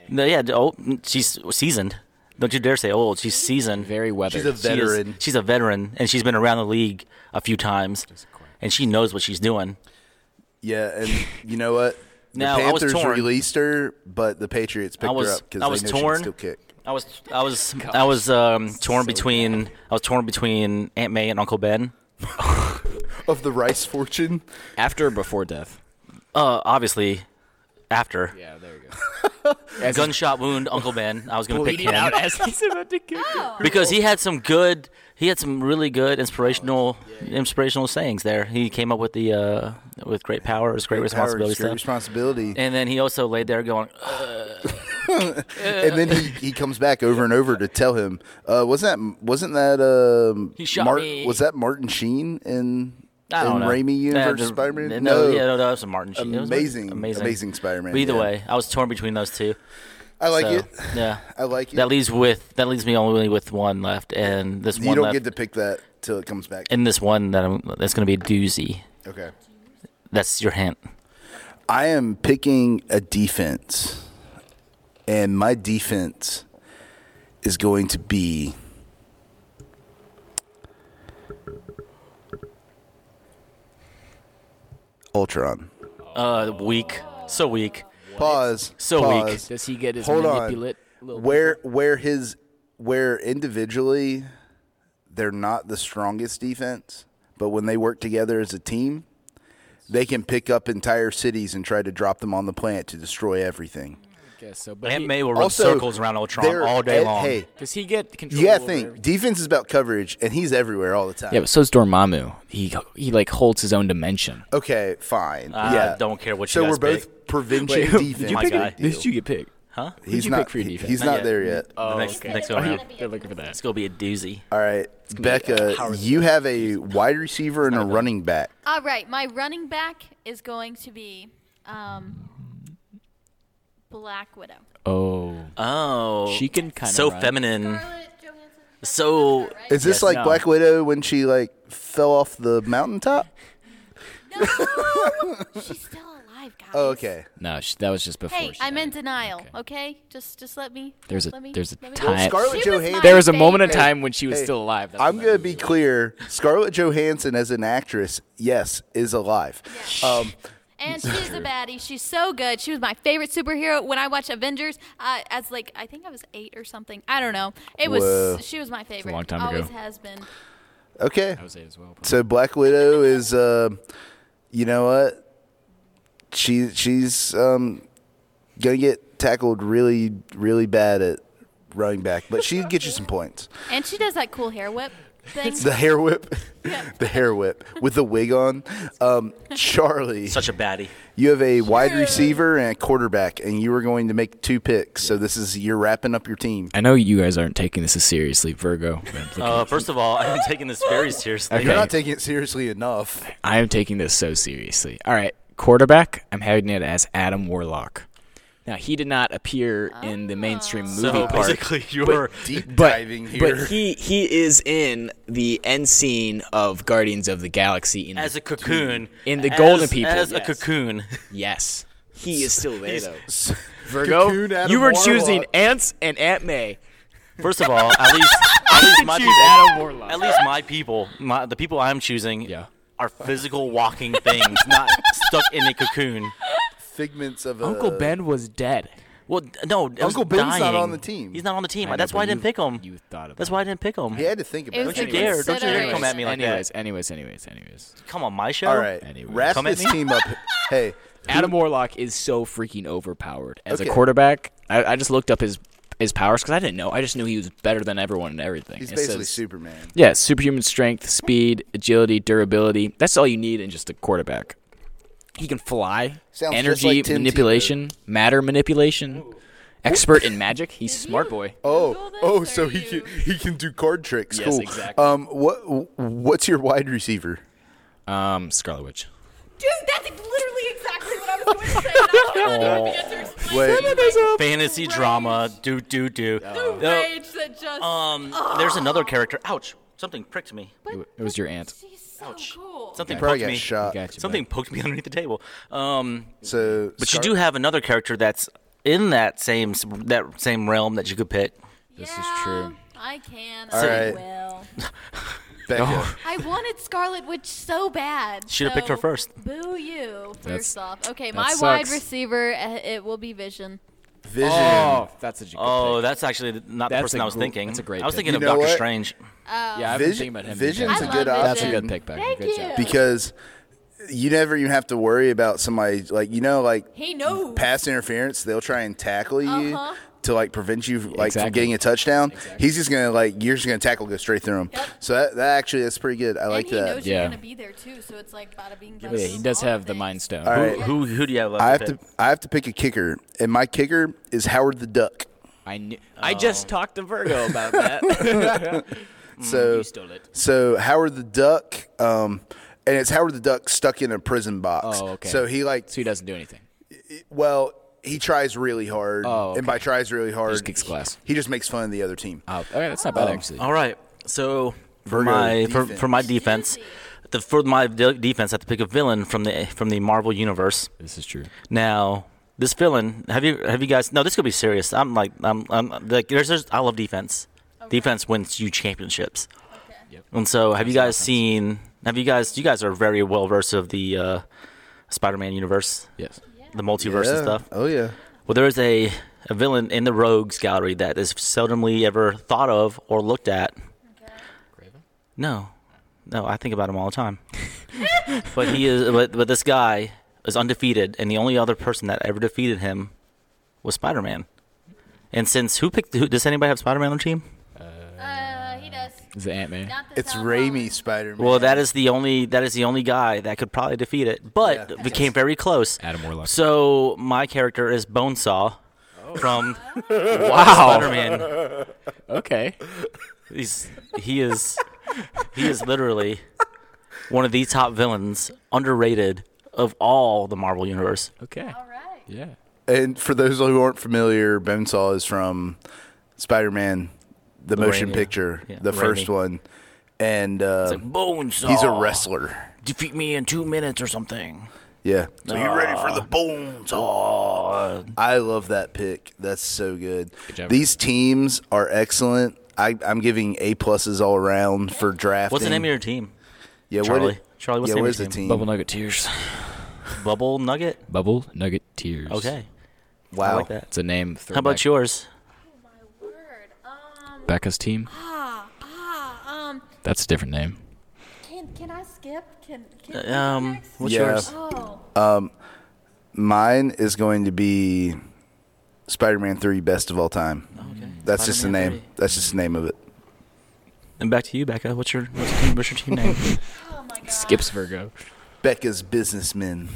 [SPEAKER 4] no, yeah, oh, she's seasoned. Don't you dare say old. She's seasoned.
[SPEAKER 5] Very weathered.
[SPEAKER 3] She's a
[SPEAKER 4] She is-
[SPEAKER 3] veteran.
[SPEAKER 4] she's a veteran, and she's been around the league a few times, and she knows what she's doing.
[SPEAKER 3] Yeah, and you know what? The
[SPEAKER 4] Now, I was
[SPEAKER 3] Panthers
[SPEAKER 4] torn.
[SPEAKER 3] released her, but the Patriots picked
[SPEAKER 4] was-
[SPEAKER 3] her up because
[SPEAKER 4] I
[SPEAKER 3] they
[SPEAKER 4] was
[SPEAKER 3] know she can
[SPEAKER 4] torn.
[SPEAKER 3] still kick.
[SPEAKER 4] I was, I was, I was um, torn between, I was torn between Aunt May and Uncle Ben.
[SPEAKER 3] Of the Rice fortune,
[SPEAKER 5] After or before death?
[SPEAKER 4] Uh, obviously, after
[SPEAKER 5] Yeah, there you go.
[SPEAKER 4] gunshot wound, Uncle Ben, I was gonna pick him
[SPEAKER 5] as he's about to kick.
[SPEAKER 4] because he had some good, he had some really good inspirational,
[SPEAKER 3] Oh,
[SPEAKER 4] inspirational sayings. There, he came up with the, uh, with great power is great, responsibility
[SPEAKER 3] Powers, great
[SPEAKER 4] stuff.
[SPEAKER 3] responsibility.
[SPEAKER 4] and then he also laid there going,
[SPEAKER 3] and then he, he comes back over and over to tell him, uh, wasn't that wasn't that um,
[SPEAKER 4] He shot
[SPEAKER 3] Mar-
[SPEAKER 4] me.
[SPEAKER 3] was that Martin Sheen in
[SPEAKER 4] I
[SPEAKER 3] in
[SPEAKER 4] don't know.
[SPEAKER 3] Raimi
[SPEAKER 4] Yeah,
[SPEAKER 3] universe
[SPEAKER 4] the-
[SPEAKER 3] Spider Man?
[SPEAKER 4] No, yeah, no, that was a Martin. Sheen. It was
[SPEAKER 3] amazing,
[SPEAKER 4] amazing,
[SPEAKER 3] amazing, Spider-Man.
[SPEAKER 4] But either
[SPEAKER 3] yeah.
[SPEAKER 4] way, I was torn between those two.
[SPEAKER 3] I like
[SPEAKER 4] so,
[SPEAKER 3] it.
[SPEAKER 4] Yeah,
[SPEAKER 3] I like it.
[SPEAKER 4] that leaves with that leaves me only with one left, and this
[SPEAKER 3] you
[SPEAKER 4] one
[SPEAKER 3] don't
[SPEAKER 4] left,
[SPEAKER 3] get to pick that till it comes back.
[SPEAKER 4] and this one that I'm, that's going to be a doozy.
[SPEAKER 3] okay,
[SPEAKER 4] That's your hint.
[SPEAKER 3] I am picking a defense, and my defense is going to be. Ultron.
[SPEAKER 4] Uh, weak, so weak.
[SPEAKER 3] Pause.
[SPEAKER 4] So weak.
[SPEAKER 3] pause.
[SPEAKER 5] Does he get his
[SPEAKER 3] Hold on.
[SPEAKER 5] manipulate? little-
[SPEAKER 3] Where where his where individually they're not the strongest defense, but when they work together as a team, they can pick up entire cities and try to drop them on the planet to destroy everything.
[SPEAKER 5] Guess so. But
[SPEAKER 4] Aunt
[SPEAKER 5] he-
[SPEAKER 4] May will run
[SPEAKER 3] also,
[SPEAKER 4] circles around Ultron
[SPEAKER 3] they're-
[SPEAKER 4] all day
[SPEAKER 3] eh,
[SPEAKER 4] long.
[SPEAKER 3] Hey,
[SPEAKER 5] Does he get control?
[SPEAKER 3] you gotta
[SPEAKER 5] over everything?
[SPEAKER 3] think defense is about coverage, and he's everywhere all the time.
[SPEAKER 5] Yeah, but so's Dormammu. He he like holds his own dimension.
[SPEAKER 3] Okay, fine.
[SPEAKER 4] I
[SPEAKER 3] yeah,
[SPEAKER 4] don't care what
[SPEAKER 3] So
[SPEAKER 4] you
[SPEAKER 3] we're
[SPEAKER 4] guys
[SPEAKER 3] both prevention defense.
[SPEAKER 5] did you
[SPEAKER 4] My
[SPEAKER 5] pick?
[SPEAKER 4] guy.
[SPEAKER 5] Who did you get picked?
[SPEAKER 4] huh?
[SPEAKER 3] he's
[SPEAKER 5] you
[SPEAKER 3] not.
[SPEAKER 5] pick for your
[SPEAKER 3] he-
[SPEAKER 5] defense?
[SPEAKER 3] he's
[SPEAKER 5] Not
[SPEAKER 3] not
[SPEAKER 4] yet. Oh,
[SPEAKER 3] there yet.
[SPEAKER 4] the next next go around.
[SPEAKER 5] They're looking for that.
[SPEAKER 4] It's going to be a doozy.
[SPEAKER 3] All right, Becca, you have a wide receiver and a running back.
[SPEAKER 6] All right, my running back is going to be um, Black Widow.
[SPEAKER 5] Oh,
[SPEAKER 4] Oh,
[SPEAKER 5] she can kind of
[SPEAKER 4] so feminine, so
[SPEAKER 3] Is this
[SPEAKER 5] Yes,
[SPEAKER 3] like
[SPEAKER 5] no.
[SPEAKER 3] Black Widow when she like fell off the mountaintop?
[SPEAKER 6] No, she's still alive, guys.
[SPEAKER 3] Oh, okay.
[SPEAKER 5] No, she, that was just before.
[SPEAKER 6] Hey,
[SPEAKER 5] she
[SPEAKER 6] I'm
[SPEAKER 5] died.
[SPEAKER 6] in denial. Okay, just just let me.
[SPEAKER 5] There's a-
[SPEAKER 6] let me,
[SPEAKER 5] there's a
[SPEAKER 6] let me-
[SPEAKER 5] time- Well,
[SPEAKER 3] Scarlett
[SPEAKER 6] She was
[SPEAKER 3] Johansson-
[SPEAKER 6] my
[SPEAKER 5] There was a moment of
[SPEAKER 6] favorite.
[SPEAKER 5] time when she was
[SPEAKER 3] Hey,
[SPEAKER 5] still alive. That's
[SPEAKER 3] I'm
[SPEAKER 5] what
[SPEAKER 3] gonna
[SPEAKER 5] that
[SPEAKER 3] be
[SPEAKER 5] was.
[SPEAKER 3] clear. Scarlett Johansson as an actress, yes, is alive. Um,
[SPEAKER 6] And she's a baddie. She's so good. She was my favorite superhero when I watched Avengers. Uh, as like I think I was eight or something. I don't know. It was
[SPEAKER 3] Whoa.
[SPEAKER 6] she was my favorite.
[SPEAKER 5] long time ago.
[SPEAKER 6] Always has been.
[SPEAKER 3] okay.
[SPEAKER 5] I would say as well. probably.
[SPEAKER 3] So Black Widow is, uh, you know what? She she's um, gonna get tackled really, really bad at running back, but she'd get you some points.
[SPEAKER 6] And she does that cool hair whip thing.
[SPEAKER 3] The hair whip,
[SPEAKER 6] Yeah.
[SPEAKER 3] the hair whip with the wig on. Um, Charlie,
[SPEAKER 4] Such a baddie.
[SPEAKER 3] you have a wide receiver and a quarterback, and you were going to make two picks. So this is you're wrapping up your team.
[SPEAKER 5] I know you guys aren't taking this as seriously, Virgo. but I'm looking-
[SPEAKER 4] Uh, first of all, I'm taking this very seriously.
[SPEAKER 5] Okay.
[SPEAKER 3] You're not taking it seriously enough.
[SPEAKER 5] I am taking this so seriously. All right, quarterback. I'm having it as Adam Warlock. Now he did not appear in the mainstream
[SPEAKER 6] Ah.
[SPEAKER 5] movie
[SPEAKER 4] so
[SPEAKER 5] part.
[SPEAKER 4] basically, you're
[SPEAKER 3] Deep
[SPEAKER 5] but,
[SPEAKER 3] diving here.
[SPEAKER 5] but he he is in the end scene of Guardians of the Galaxy in
[SPEAKER 4] as a
[SPEAKER 5] the,
[SPEAKER 4] cocoon
[SPEAKER 5] In the
[SPEAKER 4] as-
[SPEAKER 5] golden people,
[SPEAKER 4] As a
[SPEAKER 5] yes.
[SPEAKER 4] cocoon,
[SPEAKER 5] yes he is still there though.
[SPEAKER 3] Cocoon
[SPEAKER 5] Virgo,
[SPEAKER 3] Adam
[SPEAKER 5] you were
[SPEAKER 3] Warlock.
[SPEAKER 5] choosing ants and Aunt May.
[SPEAKER 4] First of all, at least at least my people,
[SPEAKER 5] Warlock.
[SPEAKER 4] at least my people, my, the people I'm choosing,
[SPEAKER 5] Yeah.
[SPEAKER 4] are physical walking things, not stuck in a cocoon.
[SPEAKER 3] Figments of a,
[SPEAKER 5] Uh, Uncle Ben was dead.
[SPEAKER 4] Well, d- no, it was
[SPEAKER 3] Uncle Ben's not
[SPEAKER 4] dying.
[SPEAKER 3] on the team.
[SPEAKER 4] He's not on the team.
[SPEAKER 5] I know,
[SPEAKER 4] That's why I
[SPEAKER 5] but
[SPEAKER 4] didn't
[SPEAKER 5] you-
[SPEAKER 4] pick him.
[SPEAKER 5] you thought of
[SPEAKER 4] That's
[SPEAKER 5] that.
[SPEAKER 4] why I didn't pick him.
[SPEAKER 3] He had to think about
[SPEAKER 6] It was
[SPEAKER 3] it.
[SPEAKER 4] Don't you
[SPEAKER 6] the
[SPEAKER 4] dare! Don't you dare
[SPEAKER 6] consideration.
[SPEAKER 4] come at me like
[SPEAKER 5] anyways,
[SPEAKER 4] that.
[SPEAKER 5] anyways, anyways, anyways.
[SPEAKER 4] Come on, my show.
[SPEAKER 3] All right,
[SPEAKER 5] Anyway.
[SPEAKER 3] wrap
[SPEAKER 4] Come at
[SPEAKER 3] this
[SPEAKER 4] me.
[SPEAKER 3] team up. Hey,
[SPEAKER 5] Adam Warlock is so freaking overpowered as
[SPEAKER 3] Okay.
[SPEAKER 5] a quarterback. I, I just looked up his his powers because I didn't know. I just knew he was better than everyone and everything.
[SPEAKER 3] he's
[SPEAKER 5] It
[SPEAKER 3] basically
[SPEAKER 5] says-
[SPEAKER 3] Superman.
[SPEAKER 5] Yeah, superhuman strength, speed, agility, durability. That's all you need in just a quarterback. He can fly,
[SPEAKER 3] Sounds just
[SPEAKER 5] energy
[SPEAKER 3] like Tim
[SPEAKER 5] manipulation, matter manipulation, expert in magic. He's smart boy.
[SPEAKER 3] Oh,
[SPEAKER 6] Google this,
[SPEAKER 3] oh,
[SPEAKER 6] or
[SPEAKER 3] so he
[SPEAKER 6] you-
[SPEAKER 3] can he can do card tricks.
[SPEAKER 5] Yes,
[SPEAKER 3] cool.
[SPEAKER 5] exactly.
[SPEAKER 3] Um, what what's your wide receiver?
[SPEAKER 5] Um, Scarlet Witch.
[SPEAKER 6] Dude, that's literally exactly what I was going to say.
[SPEAKER 5] Oh.
[SPEAKER 6] and I was trying to explain
[SPEAKER 3] Wait.
[SPEAKER 6] to you
[SPEAKER 4] Fantasy
[SPEAKER 6] Rage.
[SPEAKER 4] drama. Do do do.
[SPEAKER 6] the rage that just.
[SPEAKER 4] Um, there's another character. Ouch! Something pricked me.
[SPEAKER 5] It was your aunt.
[SPEAKER 6] she's so cool.
[SPEAKER 4] Something
[SPEAKER 3] Probably
[SPEAKER 4] poked
[SPEAKER 3] got
[SPEAKER 4] me.
[SPEAKER 3] shot.
[SPEAKER 5] Gotcha, bud.
[SPEAKER 4] Something poked me underneath the table. Um,
[SPEAKER 3] So,
[SPEAKER 4] but
[SPEAKER 3] Scar-
[SPEAKER 4] you do have another character that's in that same that same realm that you could pick.
[SPEAKER 5] This is true.
[SPEAKER 6] I can.
[SPEAKER 3] All
[SPEAKER 6] I
[SPEAKER 3] right.
[SPEAKER 6] will.
[SPEAKER 3] Becca.
[SPEAKER 6] I wanted Scarlet Witch so bad.
[SPEAKER 4] Should've picked her
[SPEAKER 6] so
[SPEAKER 4] first.
[SPEAKER 6] Boo you, first
[SPEAKER 5] That's-
[SPEAKER 6] off. Okay,
[SPEAKER 5] that
[SPEAKER 6] my wide
[SPEAKER 5] sucks.
[SPEAKER 6] receiver, uh, it will be Vision.
[SPEAKER 3] Vision.
[SPEAKER 5] Oh, that's a good
[SPEAKER 4] Oh,
[SPEAKER 5] pick.
[SPEAKER 4] that's actually not the
[SPEAKER 5] That's
[SPEAKER 4] person
[SPEAKER 5] a
[SPEAKER 4] I was
[SPEAKER 5] gr-
[SPEAKER 4] thinking.
[SPEAKER 5] that's a great
[SPEAKER 4] I was
[SPEAKER 5] pick.
[SPEAKER 4] thinking
[SPEAKER 3] You
[SPEAKER 4] of
[SPEAKER 3] know
[SPEAKER 4] Doctor
[SPEAKER 3] what?
[SPEAKER 4] Strange.
[SPEAKER 5] yeah, I've been thinking
[SPEAKER 3] Vision,
[SPEAKER 5] about him. being
[SPEAKER 3] Vision's
[SPEAKER 5] dead.
[SPEAKER 3] a
[SPEAKER 6] I
[SPEAKER 3] good
[SPEAKER 6] love
[SPEAKER 5] That's a
[SPEAKER 3] option
[SPEAKER 6] Vision.
[SPEAKER 5] good pick, Becca.
[SPEAKER 6] Thank
[SPEAKER 5] good job.
[SPEAKER 6] you.
[SPEAKER 3] because you never even have to worry about somebody like you know like
[SPEAKER 6] He knows.
[SPEAKER 3] pass interference. They'll try and tackle you
[SPEAKER 6] Uh-huh.
[SPEAKER 3] to like prevent you like
[SPEAKER 5] Exactly.
[SPEAKER 3] from getting a touchdown. He's just gonna like you're just gonna tackle go straight through him.
[SPEAKER 6] Yep.
[SPEAKER 3] So that, that actually that's pretty good. I like
[SPEAKER 6] and he
[SPEAKER 3] that.
[SPEAKER 6] knows you're
[SPEAKER 5] Yeah.
[SPEAKER 6] gonna be there too, so it's like bada bing. Bada
[SPEAKER 5] Yeah,
[SPEAKER 6] boom,
[SPEAKER 5] he does
[SPEAKER 6] all
[SPEAKER 5] have the
[SPEAKER 6] things.
[SPEAKER 5] mind stone.
[SPEAKER 3] All right.
[SPEAKER 4] Who who do you have left?
[SPEAKER 3] I have
[SPEAKER 4] pick?
[SPEAKER 3] to I have to pick a kicker, and my kicker is Howard the Duck.
[SPEAKER 5] I knew, Oh. I just talked to Virgo about that.
[SPEAKER 3] So
[SPEAKER 5] you stole it.
[SPEAKER 3] So Howard the Duck, um, and it's Howard the Duck stuck in a prison box.
[SPEAKER 5] Oh, okay.
[SPEAKER 3] So he like,
[SPEAKER 5] so he doesn't do anything.
[SPEAKER 3] well, he tries really hard,
[SPEAKER 5] Oh,
[SPEAKER 3] and by
[SPEAKER 5] okay.
[SPEAKER 3] tries really hard,
[SPEAKER 5] just kicks glass.
[SPEAKER 3] He just makes fun of the other team.
[SPEAKER 4] Uh,
[SPEAKER 5] Oh, okay, that's not bad actually.
[SPEAKER 4] All right. So for
[SPEAKER 3] Virgo
[SPEAKER 4] my for,
[SPEAKER 3] defense.
[SPEAKER 4] for my defense, the, for my de- defense, I have to pick a villain from the from the Marvel universe.
[SPEAKER 5] This is true.
[SPEAKER 4] Now, this villain, have you have you guys? No, this could be serious. I'm like, I'm, I'm like, there's, there's I love defense. Defense wins you championships. And so, have you guys seen? Have you guys? You guys are very well versed of the uh, Spider-Man universe,
[SPEAKER 5] Yes.
[SPEAKER 4] the multiverse and
[SPEAKER 3] Yeah.
[SPEAKER 4] stuff.
[SPEAKER 3] Oh yeah.
[SPEAKER 4] Well, there is a, a villain in the Rogues Gallery that is seldomly ever thought of or looked at. No, no, I think about him all the time. but he is, but, but this guy is undefeated, and the only other person that ever defeated him was Spider Man. And since who picked? Who, does anybody have Spider Man on their team?
[SPEAKER 6] Uh, he does.
[SPEAKER 5] Is it Ant Man?
[SPEAKER 6] Not the
[SPEAKER 3] It's
[SPEAKER 6] Tom
[SPEAKER 3] Raimi Spider Man.
[SPEAKER 4] Well, that is the only that is the only guy that could probably defeat it, but
[SPEAKER 3] Yeah.
[SPEAKER 4] became very close.
[SPEAKER 5] Adam Warlock.
[SPEAKER 4] So my character is Bonesaw from
[SPEAKER 5] Wow.
[SPEAKER 4] Spider Man.
[SPEAKER 5] okay.
[SPEAKER 4] He's he is he is literally one of the top villains, underrated of all the Marvel universe.
[SPEAKER 5] Okay.
[SPEAKER 6] Holland. All right.
[SPEAKER 5] Yeah.
[SPEAKER 3] and for those who aren't familiar, Bonesaw is from Spider Man, the, motion
[SPEAKER 4] Raimi.
[SPEAKER 3] picture,
[SPEAKER 4] Yeah.
[SPEAKER 3] the first
[SPEAKER 4] Raimi.
[SPEAKER 3] one, and uh,
[SPEAKER 4] Bonesaw.
[SPEAKER 3] he's a wrestler.
[SPEAKER 4] Defeat me in two minutes or something.
[SPEAKER 3] Yeah. So you ready for the bones? Oh, I love that pick. That's so good.
[SPEAKER 5] job.
[SPEAKER 3] These teams are excellent. I, I'm giving A pluses all around for drafting.
[SPEAKER 4] What's the name of your team?
[SPEAKER 3] yeah,
[SPEAKER 4] Charlie.
[SPEAKER 3] What it-
[SPEAKER 4] Charlie, what's
[SPEAKER 3] yeah,
[SPEAKER 4] the name of
[SPEAKER 3] where's
[SPEAKER 4] your
[SPEAKER 3] the
[SPEAKER 4] team?
[SPEAKER 3] team?
[SPEAKER 5] Bubble Nugget Tears.
[SPEAKER 4] Bubble Nugget.
[SPEAKER 5] Bubble Nugget Tears.
[SPEAKER 4] Okay,
[SPEAKER 3] Wow.
[SPEAKER 4] I like that.
[SPEAKER 5] It's a name.
[SPEAKER 4] How about yours?
[SPEAKER 6] My word. Um.
[SPEAKER 5] Becca's team?
[SPEAKER 6] Ah. Ah. Um.
[SPEAKER 5] That's a different name.
[SPEAKER 6] Can Can I skip? Can Can I
[SPEAKER 4] Um,
[SPEAKER 6] next?
[SPEAKER 3] Oh.
[SPEAKER 4] what's
[SPEAKER 3] Yeah.
[SPEAKER 4] yours?
[SPEAKER 6] Oh.
[SPEAKER 3] Mine is going to be Spider-Man Three Best of All Time.
[SPEAKER 4] Okay.
[SPEAKER 3] That's just the
[SPEAKER 4] Spider-Man
[SPEAKER 3] name.
[SPEAKER 4] three.
[SPEAKER 3] That's just the name of it.
[SPEAKER 4] And back to you, Becca. What's your what's your, what's your team name?
[SPEAKER 5] Skips Virgo.
[SPEAKER 3] Becca's businessmen.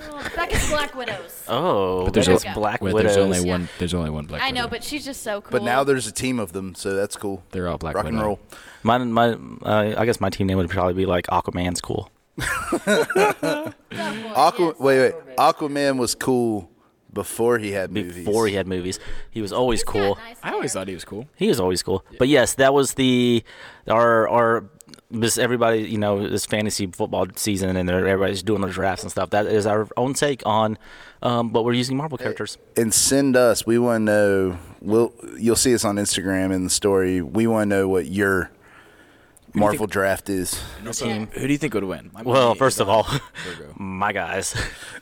[SPEAKER 6] Oh, Becca's Black Widows.
[SPEAKER 4] Oh,
[SPEAKER 5] there's
[SPEAKER 4] that's
[SPEAKER 6] a-
[SPEAKER 4] Black
[SPEAKER 5] Wait,
[SPEAKER 4] Widows.
[SPEAKER 5] there's only
[SPEAKER 6] Yeah.
[SPEAKER 5] one. There's only one black.
[SPEAKER 6] I know,
[SPEAKER 5] Widow.
[SPEAKER 6] but she's just so cool.
[SPEAKER 3] But now there's a team of them, so that's cool.
[SPEAKER 5] they're all black.
[SPEAKER 3] Rock and
[SPEAKER 5] Widow.
[SPEAKER 3] roll.
[SPEAKER 4] my my uh, I guess my team name would probably be like Aquaman's cool.
[SPEAKER 3] Aqua. Wait, wait. Aquaman was cool before he had movies.
[SPEAKER 4] Before he had movies, he was always cool.
[SPEAKER 5] I always thought he was cool.
[SPEAKER 4] He was always cool. But yes, that was the our our this everybody you know this fantasy football season and they're- everybody's doing their drafts and stuff. That is our own take on, um, but we're using Marvel characters.
[SPEAKER 3] and send us. We want to know. We'll you'll see us on Instagram in the story. We want to know what your Marvel draft is.
[SPEAKER 5] Who do you think would win? My
[SPEAKER 4] Well,
[SPEAKER 5] money
[SPEAKER 4] first
[SPEAKER 5] is
[SPEAKER 3] uh,
[SPEAKER 4] of
[SPEAKER 5] on
[SPEAKER 4] all,
[SPEAKER 5] Virgo.
[SPEAKER 4] my guys,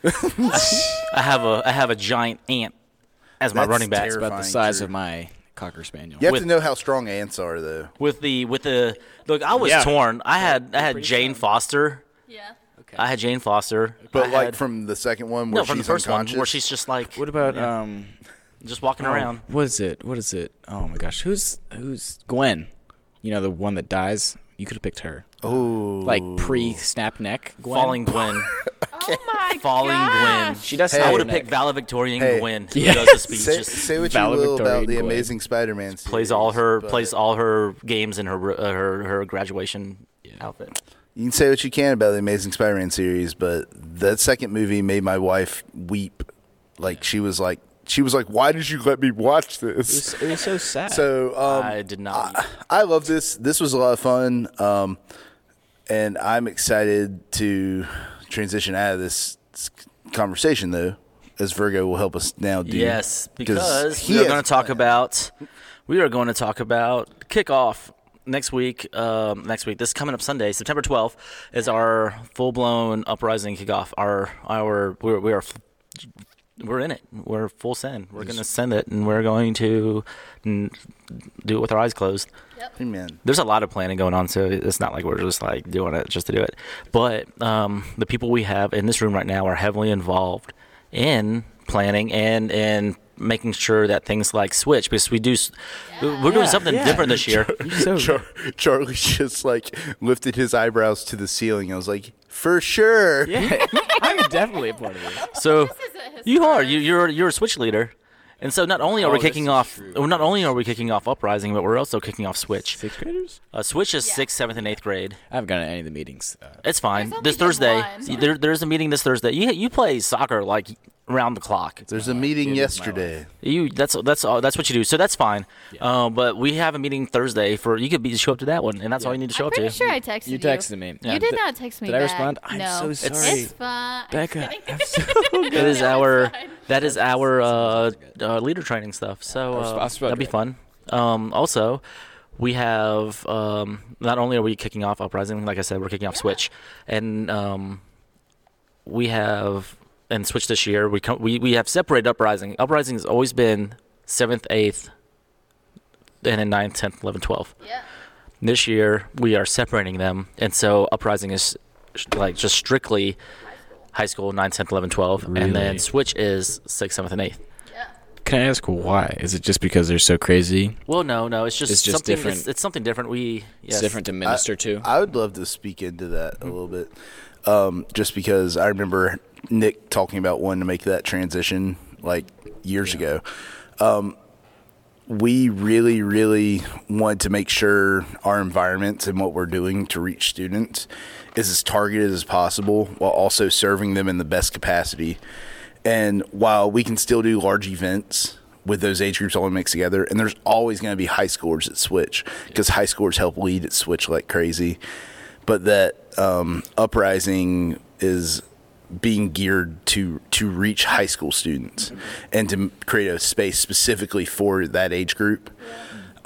[SPEAKER 4] I have a I have a giant ant as my
[SPEAKER 3] That's
[SPEAKER 4] running back.
[SPEAKER 5] it's about the
[SPEAKER 3] Terrifying
[SPEAKER 5] size
[SPEAKER 3] true.
[SPEAKER 5] of my cocker spaniel.
[SPEAKER 3] You have
[SPEAKER 4] With-
[SPEAKER 3] to know how strong ants are, though.
[SPEAKER 4] With the with the look, I was
[SPEAKER 2] Yeah.
[SPEAKER 4] torn. I had I had Jane Foster.
[SPEAKER 6] Yeah.
[SPEAKER 4] I had Jane Foster.
[SPEAKER 3] But
[SPEAKER 4] I
[SPEAKER 3] like
[SPEAKER 4] had-
[SPEAKER 3] from the second one, where
[SPEAKER 4] no from the
[SPEAKER 3] she's
[SPEAKER 4] first one
[SPEAKER 3] unconscious,
[SPEAKER 4] where she's just like
[SPEAKER 5] What about um?
[SPEAKER 4] just walking around.
[SPEAKER 5] Oh, What is it? What is it? Oh my gosh, who's who's Gwen? You know the one that dies. You could have picked her. Oh, like pre-snap neck. Gwen.
[SPEAKER 4] Falling Gwen.
[SPEAKER 6] Oh my
[SPEAKER 4] Falling
[SPEAKER 6] gosh.
[SPEAKER 4] Gwen.
[SPEAKER 5] She does.
[SPEAKER 3] Hey.
[SPEAKER 5] snap
[SPEAKER 4] I would have
[SPEAKER 5] neck.
[SPEAKER 4] picked valedictorian
[SPEAKER 3] Hey.
[SPEAKER 4] Gwen.
[SPEAKER 5] Yeah.
[SPEAKER 4] Who does the speech?
[SPEAKER 3] say,
[SPEAKER 4] just
[SPEAKER 3] say what you will about
[SPEAKER 5] valedictorian
[SPEAKER 3] the
[SPEAKER 5] Gwen.
[SPEAKER 3] Amazing Spider-Man. Series,
[SPEAKER 4] plays all her
[SPEAKER 3] but
[SPEAKER 4] plays all her games in her uh, her her graduation outfit.
[SPEAKER 3] You can say what you can about the Amazing Spider-Man series, but that second movie made my wife weep. Like she was like she was like, "Why did you let me watch
[SPEAKER 5] It
[SPEAKER 3] this?"
[SPEAKER 5] was, it was so sad.
[SPEAKER 3] So um,
[SPEAKER 4] I did not.
[SPEAKER 3] I love this. This was a lot of fun. Um, and I'm excited to transition out of this conversation, though, as Virgo will help us now do.
[SPEAKER 4] yes, because we
[SPEAKER 3] he
[SPEAKER 4] are
[SPEAKER 3] is-
[SPEAKER 4] going to talk about we are going to talk about kickoff next week. Um, next week, this coming up Sunday, September twelfth, is our full blown uprising kickoff. Our our we're, we are. f- We're in it. We're full send. We're going to send it, and we're going to mm, do it with our eyes closed.
[SPEAKER 3] Amen.
[SPEAKER 4] there's a lot of planning going on, so it's not like we're just like doing it just to do it. But um, the people we have in this room right now are heavily involved in planning and and making sure that things like switch because we do s we're doing something
[SPEAKER 5] Yeah.
[SPEAKER 4] different this year.
[SPEAKER 5] so
[SPEAKER 3] Char- Charlie just like lifted his eyebrows to the ceiling. I was like, for sure.
[SPEAKER 5] yeah, I'm definitely a part of it.
[SPEAKER 4] so
[SPEAKER 6] isn't his
[SPEAKER 4] you are you, you're you're a switch leader. And so not only are we
[SPEAKER 5] Oh, this
[SPEAKER 4] kicking
[SPEAKER 5] is
[SPEAKER 4] off,
[SPEAKER 5] true.
[SPEAKER 4] well, not only are we kicking off Uprising, but we're also kicking off Switch.
[SPEAKER 5] Sixth graders?
[SPEAKER 4] Uh, Switch is sixth, seventh, and eighth grade.
[SPEAKER 5] I haven't gone to any of the meetings. Uh,
[SPEAKER 4] It's fine.
[SPEAKER 6] There's only
[SPEAKER 4] This
[SPEAKER 6] been
[SPEAKER 4] Thursday,
[SPEAKER 6] one.
[SPEAKER 4] there, there's a meeting this Thursday. You you play soccer like round the clock.
[SPEAKER 3] There's a meeting yesterday.
[SPEAKER 4] You that's that's all that's what you do. So that's fine. Uh, but we have a meeting Thursday for you could be show up to that one, and that's all you need to show
[SPEAKER 6] I'm
[SPEAKER 4] up to.
[SPEAKER 6] pretty sure I texted you.
[SPEAKER 5] you texted me.
[SPEAKER 6] You did not text me.
[SPEAKER 5] Did I
[SPEAKER 6] back.
[SPEAKER 5] respond? I'm
[SPEAKER 6] No.
[SPEAKER 5] so
[SPEAKER 6] It's
[SPEAKER 5] sorry.
[SPEAKER 6] fine.
[SPEAKER 5] Becca, I'm so
[SPEAKER 4] It is
[SPEAKER 6] No, it's
[SPEAKER 4] our
[SPEAKER 6] fine.
[SPEAKER 4] that is our uh, uh, leader training stuff. So uh,
[SPEAKER 5] I was about
[SPEAKER 4] that'd be
[SPEAKER 5] to-
[SPEAKER 4] fun. Um, also, we have um, not only are we kicking off uprising, like I said, we're kicking off Switch, and um, we have and Switch this year. We come we we have separated uprising. Uprising has always been seventh, eighth, and then ninth, tenth, eleventh, twelfth.
[SPEAKER 6] Yeah.
[SPEAKER 4] this year we are separating them and so uprising is sh- like just strictly high school 9th 10th 11th 12th and then
[SPEAKER 5] Really?
[SPEAKER 4] switch is 6th 7th and 8th
[SPEAKER 5] Can I ask why? Is it just because they're so crazy?
[SPEAKER 4] well no no it's just,
[SPEAKER 5] It's just
[SPEAKER 4] something
[SPEAKER 5] different.
[SPEAKER 4] It's, it's something different we yes.
[SPEAKER 5] It's different to minister to.
[SPEAKER 3] I would love to speak into that a little bit, um, just because I remember Nick talking about wanting to make that transition like years ago. Um, we really, really want to make sure our environments and what we're doing to reach students is as targeted as possible while also serving them in the best capacity. And while we can still do large events with those age groups all mixed together, and there's always going to be high scores at Switch because high scores help lead at Switch like crazy. But that um, uprising is being geared to to reach high school students and to create a space specifically for that age group.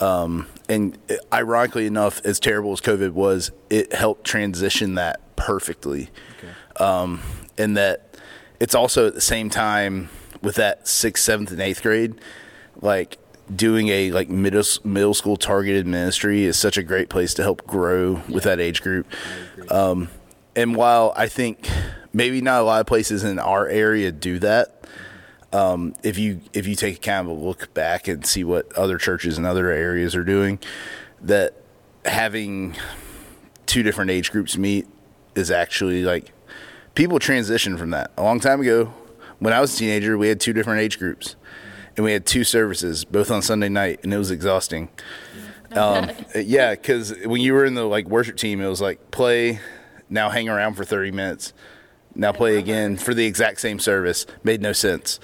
[SPEAKER 3] Um, and ironically enough, as terrible as COVID was, it helped transition that perfectly and that it's also at the same time with that sixth, seventh, and eighth grade, like doing a like middle middle school targeted ministry is such a great place to help grow with that age group. Um, and while I think maybe not a lot of places in our area do that, Um, if you if you take kind of a look back and see what other churches and other areas are doing, that having two different age groups meet is actually like people transition from that a long time ago. When I was a teenager, we had two different age groups, and we had two services both on Sunday night, and it was exhausting. Um, yeah, because when you were in the like worship team, it was like play, now hang around for thirty minutes, now play again for the exact same service. Made no sense.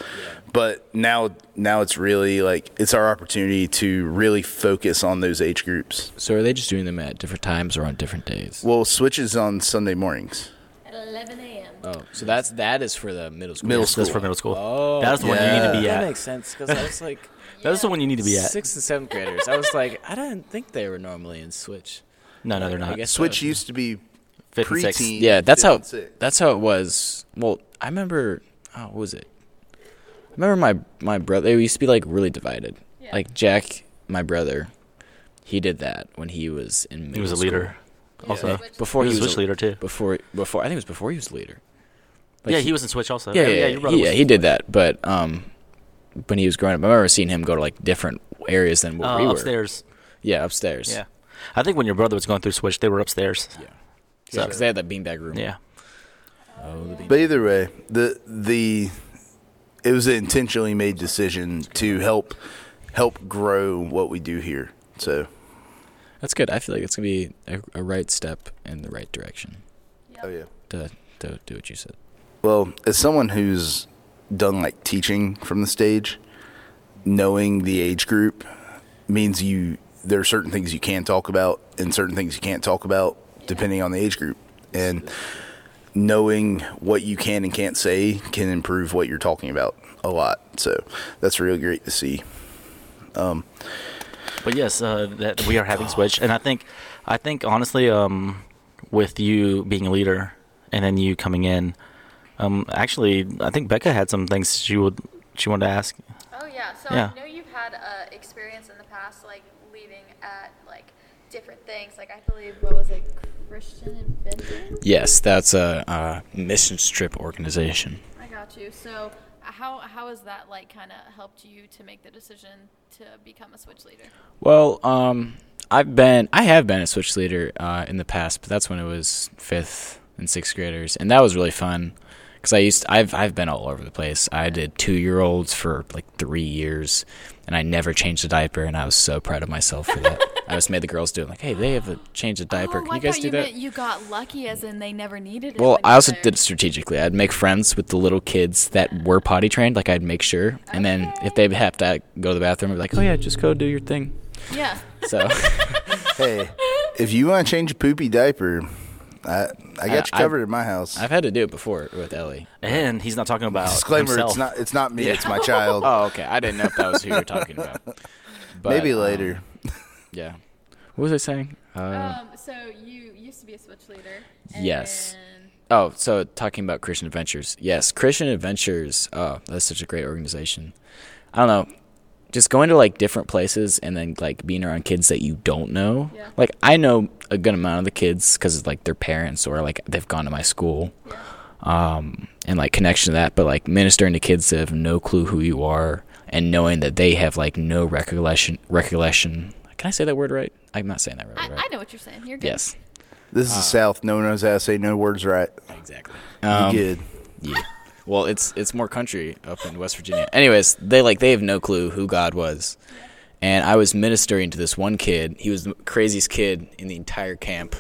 [SPEAKER 3] But now, now it's really like it's our opportunity to really focus on those age groups.
[SPEAKER 5] So are they just doing them at different times or on different days?
[SPEAKER 3] Well, switches on Sunday mornings.
[SPEAKER 6] At 11 a.m.
[SPEAKER 5] Oh, so that's that is for the middle school.
[SPEAKER 3] Middle
[SPEAKER 4] That's
[SPEAKER 3] school.
[SPEAKER 4] for middle school.
[SPEAKER 5] Oh,
[SPEAKER 4] that's the one you need to be
[SPEAKER 5] that
[SPEAKER 4] at.
[SPEAKER 5] makes sense because I was like
[SPEAKER 4] That's the one you need to be at.
[SPEAKER 5] sixth and seventh graders. I was like, I didn't think they were normally in switch.
[SPEAKER 4] No, no, they're not.
[SPEAKER 5] I guess
[SPEAKER 3] Switch
[SPEAKER 5] so.
[SPEAKER 3] used to be
[SPEAKER 4] Fifth and sixth.
[SPEAKER 3] preteen.
[SPEAKER 5] Yeah, that's
[SPEAKER 3] fifth
[SPEAKER 5] how
[SPEAKER 3] and sixth.
[SPEAKER 5] that's how it was. Well, I remember. Oh, what was it? I remember my my brother. They used to be like really divided. Like Jack, my brother, he did that when he was in. Middle
[SPEAKER 4] He was a
[SPEAKER 5] school.
[SPEAKER 4] leader. Also,
[SPEAKER 5] before
[SPEAKER 4] He
[SPEAKER 5] he
[SPEAKER 4] was
[SPEAKER 5] was,
[SPEAKER 4] a switch leader, too.
[SPEAKER 5] Before before I think it was before he was leader. Like,
[SPEAKER 4] Oh, yeah, he, was in Switch also.
[SPEAKER 5] Yeah, yeah, yeah,
[SPEAKER 4] your
[SPEAKER 5] yeah,
[SPEAKER 4] brother
[SPEAKER 5] he,
[SPEAKER 4] was.
[SPEAKER 5] did that. But um, when he was growing up, I remember seeing him go to like different areas than what
[SPEAKER 4] Uh,
[SPEAKER 5] we were.
[SPEAKER 4] upstairs.
[SPEAKER 5] Yeah, upstairs.
[SPEAKER 4] Yeah, I think when your brother was going through Switch, they were upstairs.
[SPEAKER 5] yeah. Because they had that beanbag room.
[SPEAKER 4] Yeah,
[SPEAKER 3] But either way, the the it was an intentionally made decision to help help grow what we do here. So
[SPEAKER 5] that's good. I feel like it's gonna be a, a right step in the right direction
[SPEAKER 3] oh yeah.
[SPEAKER 5] to to do what you said.
[SPEAKER 3] Well, as someone who's done like teaching from the stage, knowing the age group means you there are certain things you can talk about and certain things you can't talk about depending on the age group. And knowing what you can and can't say can improve what you're talking about a lot. So that's really great to see.
[SPEAKER 4] but yes, uh, that we are having Switch, and I think, I think honestly, um, with you being a leader and then you coming in, um, actually, I think Becca had some things she would she wanted to ask.
[SPEAKER 1] Oh yeah. So
[SPEAKER 4] Yeah.
[SPEAKER 1] I know you've had uh, experience in the past, like leading at like different things. Like I believe what was it, Christian Adventure?
[SPEAKER 5] Yes, that's a, uh mission strip organization.
[SPEAKER 6] I got you. So, uh, how how has that like kind of helped you to make the decision to become a switch leader?
[SPEAKER 5] Well, um, I've been I have been a switch leader uh, in the past, but that's when it was fifth and sixth graders, and that was really fun because I used I've I've been all over the place. I did two year olds for like three years, and I never changed a diaper, and I was so proud of myself for that. I just made the girls do it, like, hey, they have a change of diaper.
[SPEAKER 6] oh,
[SPEAKER 5] Can
[SPEAKER 6] I
[SPEAKER 5] you guys
[SPEAKER 6] thought
[SPEAKER 5] do
[SPEAKER 6] you
[SPEAKER 5] that?
[SPEAKER 6] meant you got lucky, as in they never needed it.
[SPEAKER 5] Well,
[SPEAKER 6] when you
[SPEAKER 5] I
[SPEAKER 6] were
[SPEAKER 5] also
[SPEAKER 6] there.
[SPEAKER 5] did it strategically. I'd make friends with the little kids that were potty trained. Like I'd make sure, and then if they have to go to the bathroom, I'd be like, "Oh yeah, just go do your thing."
[SPEAKER 6] Yeah.
[SPEAKER 5] So
[SPEAKER 3] Hey, if you want to change a poopy diaper, I I got you
[SPEAKER 5] I-
[SPEAKER 3] covered at my house.
[SPEAKER 5] I've had to do it before with Ellie.
[SPEAKER 4] And he's not talking about
[SPEAKER 3] Disclaimer:
[SPEAKER 4] himself.
[SPEAKER 3] It's not it's not me. It's my child.
[SPEAKER 5] Oh, okay. I didn't know if that was who you were talking about. But,
[SPEAKER 3] Maybe
[SPEAKER 5] um,
[SPEAKER 3] later.
[SPEAKER 5] yeah. What was I saying? Uh,
[SPEAKER 6] Um, so you used to be a switch leader.
[SPEAKER 5] Yes.
[SPEAKER 6] then-
[SPEAKER 5] oh, so talking about Christian Adventures. Yes, Christian Adventures. Oh, that's such a great organization. I don't know. Just going to like different places and then like being around kids that you don't know.
[SPEAKER 6] Yeah.
[SPEAKER 5] Like I know a good amount of the kids because like their parents or like they've gone to my school. um, and like connection to that, but like ministering to kids that have no clue who you are and knowing that they have like no recollection recollection. Can I say that word right? I'm not saying that word
[SPEAKER 6] I,
[SPEAKER 5] right.
[SPEAKER 6] I know what you're saying. You're good.
[SPEAKER 5] Yes.
[SPEAKER 3] This
[SPEAKER 5] uh.
[SPEAKER 3] is the South. No one knows how to say no words right.
[SPEAKER 5] Exactly.
[SPEAKER 3] you
[SPEAKER 5] Um,
[SPEAKER 3] good.
[SPEAKER 5] yeah. Well, it's it's more country up in West Virginia. Anyways, they like they have no clue who God was. And I was ministering to this one kid. He was the craziest kid in the entire camp.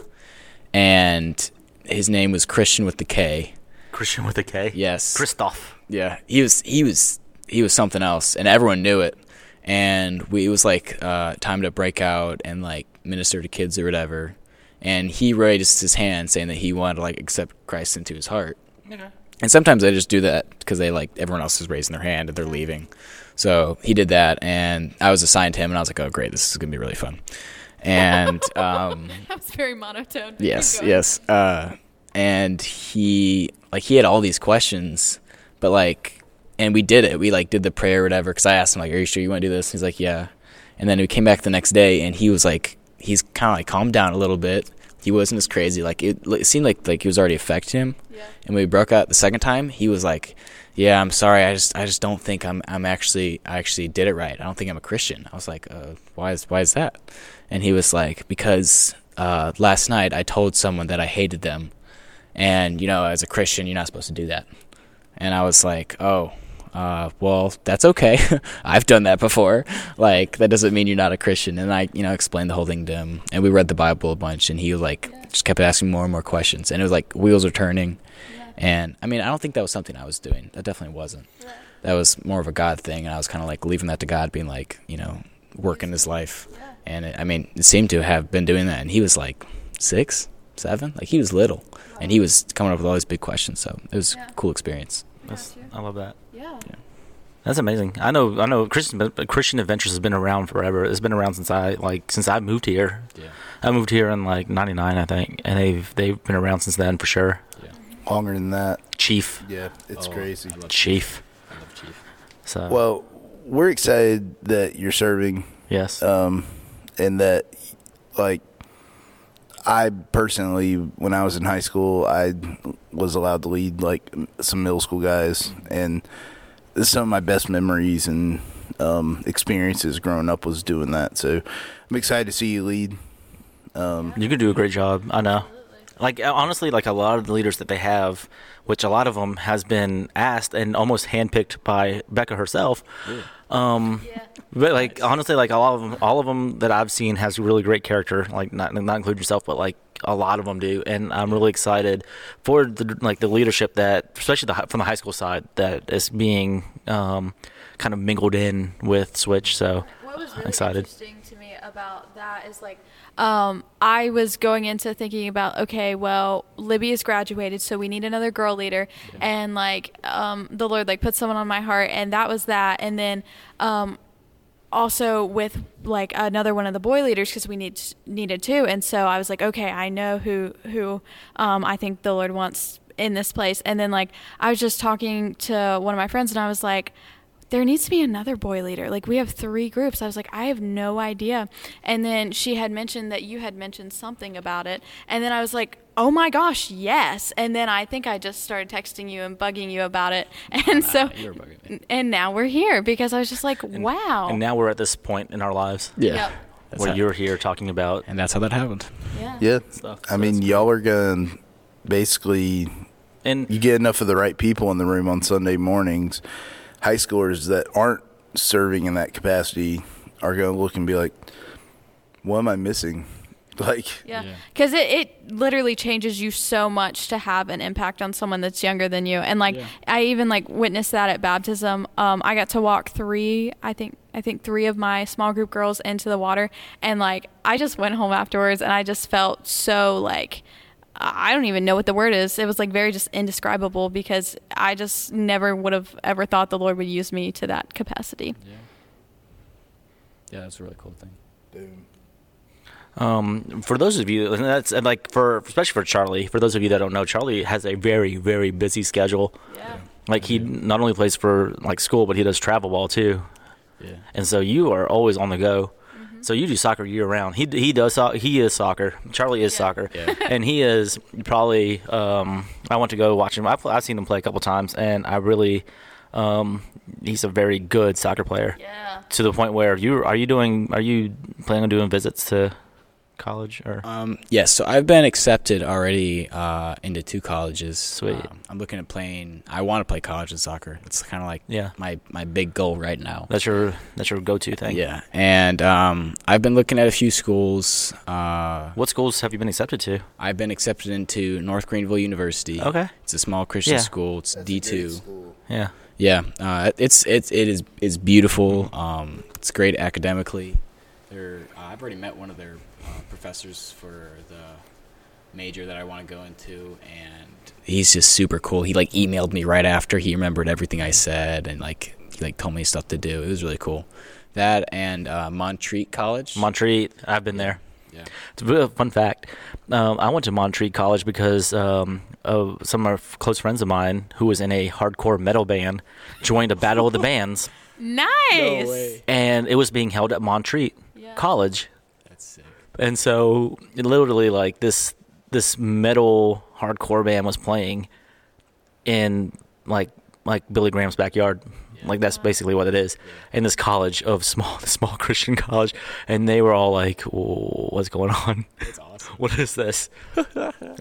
[SPEAKER 5] And his name was Christian with the K.
[SPEAKER 4] Christian with a K.
[SPEAKER 5] Yes.
[SPEAKER 4] Christoph.
[SPEAKER 5] Yeah, he was he was he was something else, and everyone knew it. And we it was like uh, time to break out and like minister to kids or whatever. And he raised his hand saying that he wanted to like accept Christ into his heart. And sometimes I just do that because they like everyone else is raising their hand and they're leaving. So he did that, and I was assigned to him, and I was like, "Oh, great, this is gonna be really fun." And um,
[SPEAKER 6] That was very monotone. but
[SPEAKER 5] Yes,
[SPEAKER 6] keep going.
[SPEAKER 5] yes. Uh, and he like he had all these questions, but like, and we did it. We like did the prayer or whatever. Because I asked him like, "Are you sure you want to do this?" he's like, "Yeah." And then we came back the next day, and he was like, he's kind of like calmed down a little bit. He wasn't as crazy. Like it, it seemed like like he was already affecting him.
[SPEAKER 6] Yeah.
[SPEAKER 5] And when we broke out the second time, he was like, yeah, I'm sorry. I just I just don't think I'm I'm actually I actually did it right. I don't think I'm a Christian. I was like, uh, why is why is that? And he was like, because uh, last night I told someone that I hated them, and you know, as a Christian, you're not supposed to do that. And I was like, oh. Uh, well, that's okay. I've done that before. Like, that doesn't mean you're not a Christian. And I, you know, explained the whole thing to him. And we read the Bible a bunch, and he like just kept asking more and more questions. And it was like wheels are turning. And I mean, I don't think that was something I was doing. That definitely wasn't. That was more of a God thing, and I was kind of like leaving that to God, being like, you know, working his life. And it, I mean, it seemed to have been doing that. And he was like six, seven, like he was little, and he was coming up with all these big questions. So it was a cool experience.
[SPEAKER 4] That's, I love that.
[SPEAKER 6] Yeah.
[SPEAKER 4] That's amazing. I know. I know. Christian Christian Adventures has been around forever. It's been around since I like since I moved here.
[SPEAKER 5] Yeah.
[SPEAKER 4] I moved here in like '99, I think, and they've they've been around since then for sure.
[SPEAKER 3] Longer than that.
[SPEAKER 4] Chief,
[SPEAKER 3] Yeah,
[SPEAKER 5] oh,
[SPEAKER 3] it's crazy.
[SPEAKER 4] chief. So
[SPEAKER 3] Well, we're excited that you're serving
[SPEAKER 4] yes,
[SPEAKER 3] and that like I personally when I was in high school I was allowed to lead like some middle school guys and some of my best memories and um, experiences growing up was doing that so I'm excited to see you lead
[SPEAKER 4] you could do a great job. I know. Like uh, honestly, like a lot of the leaders that they have, which a lot of them has been asked and almost handpicked by Becca herself. Um, But like honestly, like all of them, all of them that I've seen has really great character. Like not not including yourself, but like a lot of them do, and I'm really excited for the like the leadership that, especially the hi- from the high school side, that is being um, kind of mingled in with Switch. So
[SPEAKER 6] What was
[SPEAKER 4] I'm
[SPEAKER 6] really
[SPEAKER 4] excited.
[SPEAKER 6] interesting to me about that is like, um, I was going into thinking about okay, well, Libby has graduated, so we need another girl leader, and like, um, the Lord like put someone on my heart, and that was that, and then, um, also with like another one of the boy leaders because we need needed two, and so I was like, okay, I know who who, um, I think the Lord wants in this place, and then like I was just talking to one of my friends, and I was like there needs to be another boy leader. Like we have three groups. I was like, I have no idea. And then she had mentioned that you had mentioned something about it. And then I was like, oh my gosh, yes. And then I think I just started texting you and bugging you about it. And so,
[SPEAKER 5] you were bugging me.
[SPEAKER 6] and now we're here because I was just like, wow.
[SPEAKER 4] uh, And now we're at this point in our lives
[SPEAKER 5] Yeah.
[SPEAKER 6] Yep.
[SPEAKER 5] That's
[SPEAKER 4] where
[SPEAKER 5] how-
[SPEAKER 4] you're here talking about
[SPEAKER 5] and that's how that happened.
[SPEAKER 6] Yeah.
[SPEAKER 3] yeah
[SPEAKER 4] Stuff,
[SPEAKER 3] I
[SPEAKER 4] so
[SPEAKER 3] mean
[SPEAKER 4] that's
[SPEAKER 3] y'all are gonna basically
[SPEAKER 4] and
[SPEAKER 3] you get enough of the right people in the room on Sunday mornings, high schoolers that aren't serving in that capacity are going to look and be like, what am I missing? Like,
[SPEAKER 6] Yeah. Because it, it literally changes you so much to have an impact on someone that's younger than you. And like, I even like witnessed that at baptism. Um, I got to walk three, I think, I think three of my small group girls into the water. And like, I just went home afterwards and I just felt so like, I I don't even know what the word is. It was like very just indescribable because I just never would have ever thought the Lord would use me to that capacity.
[SPEAKER 5] Yeah, that's a really cool thing.
[SPEAKER 4] Um, for those of you, and that's and like for especially for Charlie. For those of you that don't know, Charlie has a very very busy schedule.
[SPEAKER 6] Yeah.
[SPEAKER 4] Like he not only plays for like school, but he does travel ball too.
[SPEAKER 5] Yeah.
[SPEAKER 4] And so you are always on the go.
[SPEAKER 6] Mm-hmm.
[SPEAKER 4] So you do soccer year round. He he does so- he is soccer. Charlie is soccer,
[SPEAKER 5] Yeah.
[SPEAKER 4] and he is probably. Um, I want to go watch him. I've, I've seen him play a couple times, and I really. Um, he's a very good soccer player.
[SPEAKER 6] Yeah.
[SPEAKER 4] To the point where you are you doing are you planning on doing visits to college or
[SPEAKER 5] Um, yes, so I've been accepted already uh, into two colleges.
[SPEAKER 4] Sweet.
[SPEAKER 5] Um, I'm looking at playing. I want to play college and soccer. It's kind of like
[SPEAKER 4] Yeah.
[SPEAKER 5] my my big goal right now.
[SPEAKER 4] That's your that's your go to thing.
[SPEAKER 5] Yeah, and um, I've been looking at a few schools. Uh,
[SPEAKER 4] What schools have you been accepted to?
[SPEAKER 5] I've been accepted into North Greenville University.
[SPEAKER 4] Okay.
[SPEAKER 5] it's a small Christian
[SPEAKER 4] Yeah.
[SPEAKER 5] school. It's D two.
[SPEAKER 4] Yeah.
[SPEAKER 5] Yeah, uh, it's it's it is it's beautiful. Um, it's great academically. They're, uh, I've already met one of their uh, professors for the major that I want to go into, and he's just super cool. He like emailed me right after he remembered everything I said, and like he like told me stuff to do. It was really cool. That and uh, Montreat College.
[SPEAKER 4] Montreat, I've been there.
[SPEAKER 5] yeah.
[SPEAKER 4] It's a bit of- fun fact. Um, I went to Montreat College because um, of some of my f- close friends of mine who was in a hardcore metal band joined a battle of the bands,
[SPEAKER 6] Nice.
[SPEAKER 4] and it was being held at Montreat College.
[SPEAKER 5] That's sick.
[SPEAKER 4] And so, literally, like this this metal hardcore band was playing in like like Billy Graham's backyard. Like that's basically what it is. In this college of small, small Christian college, and they were all like, "Whoa, "What's going on? what is this?"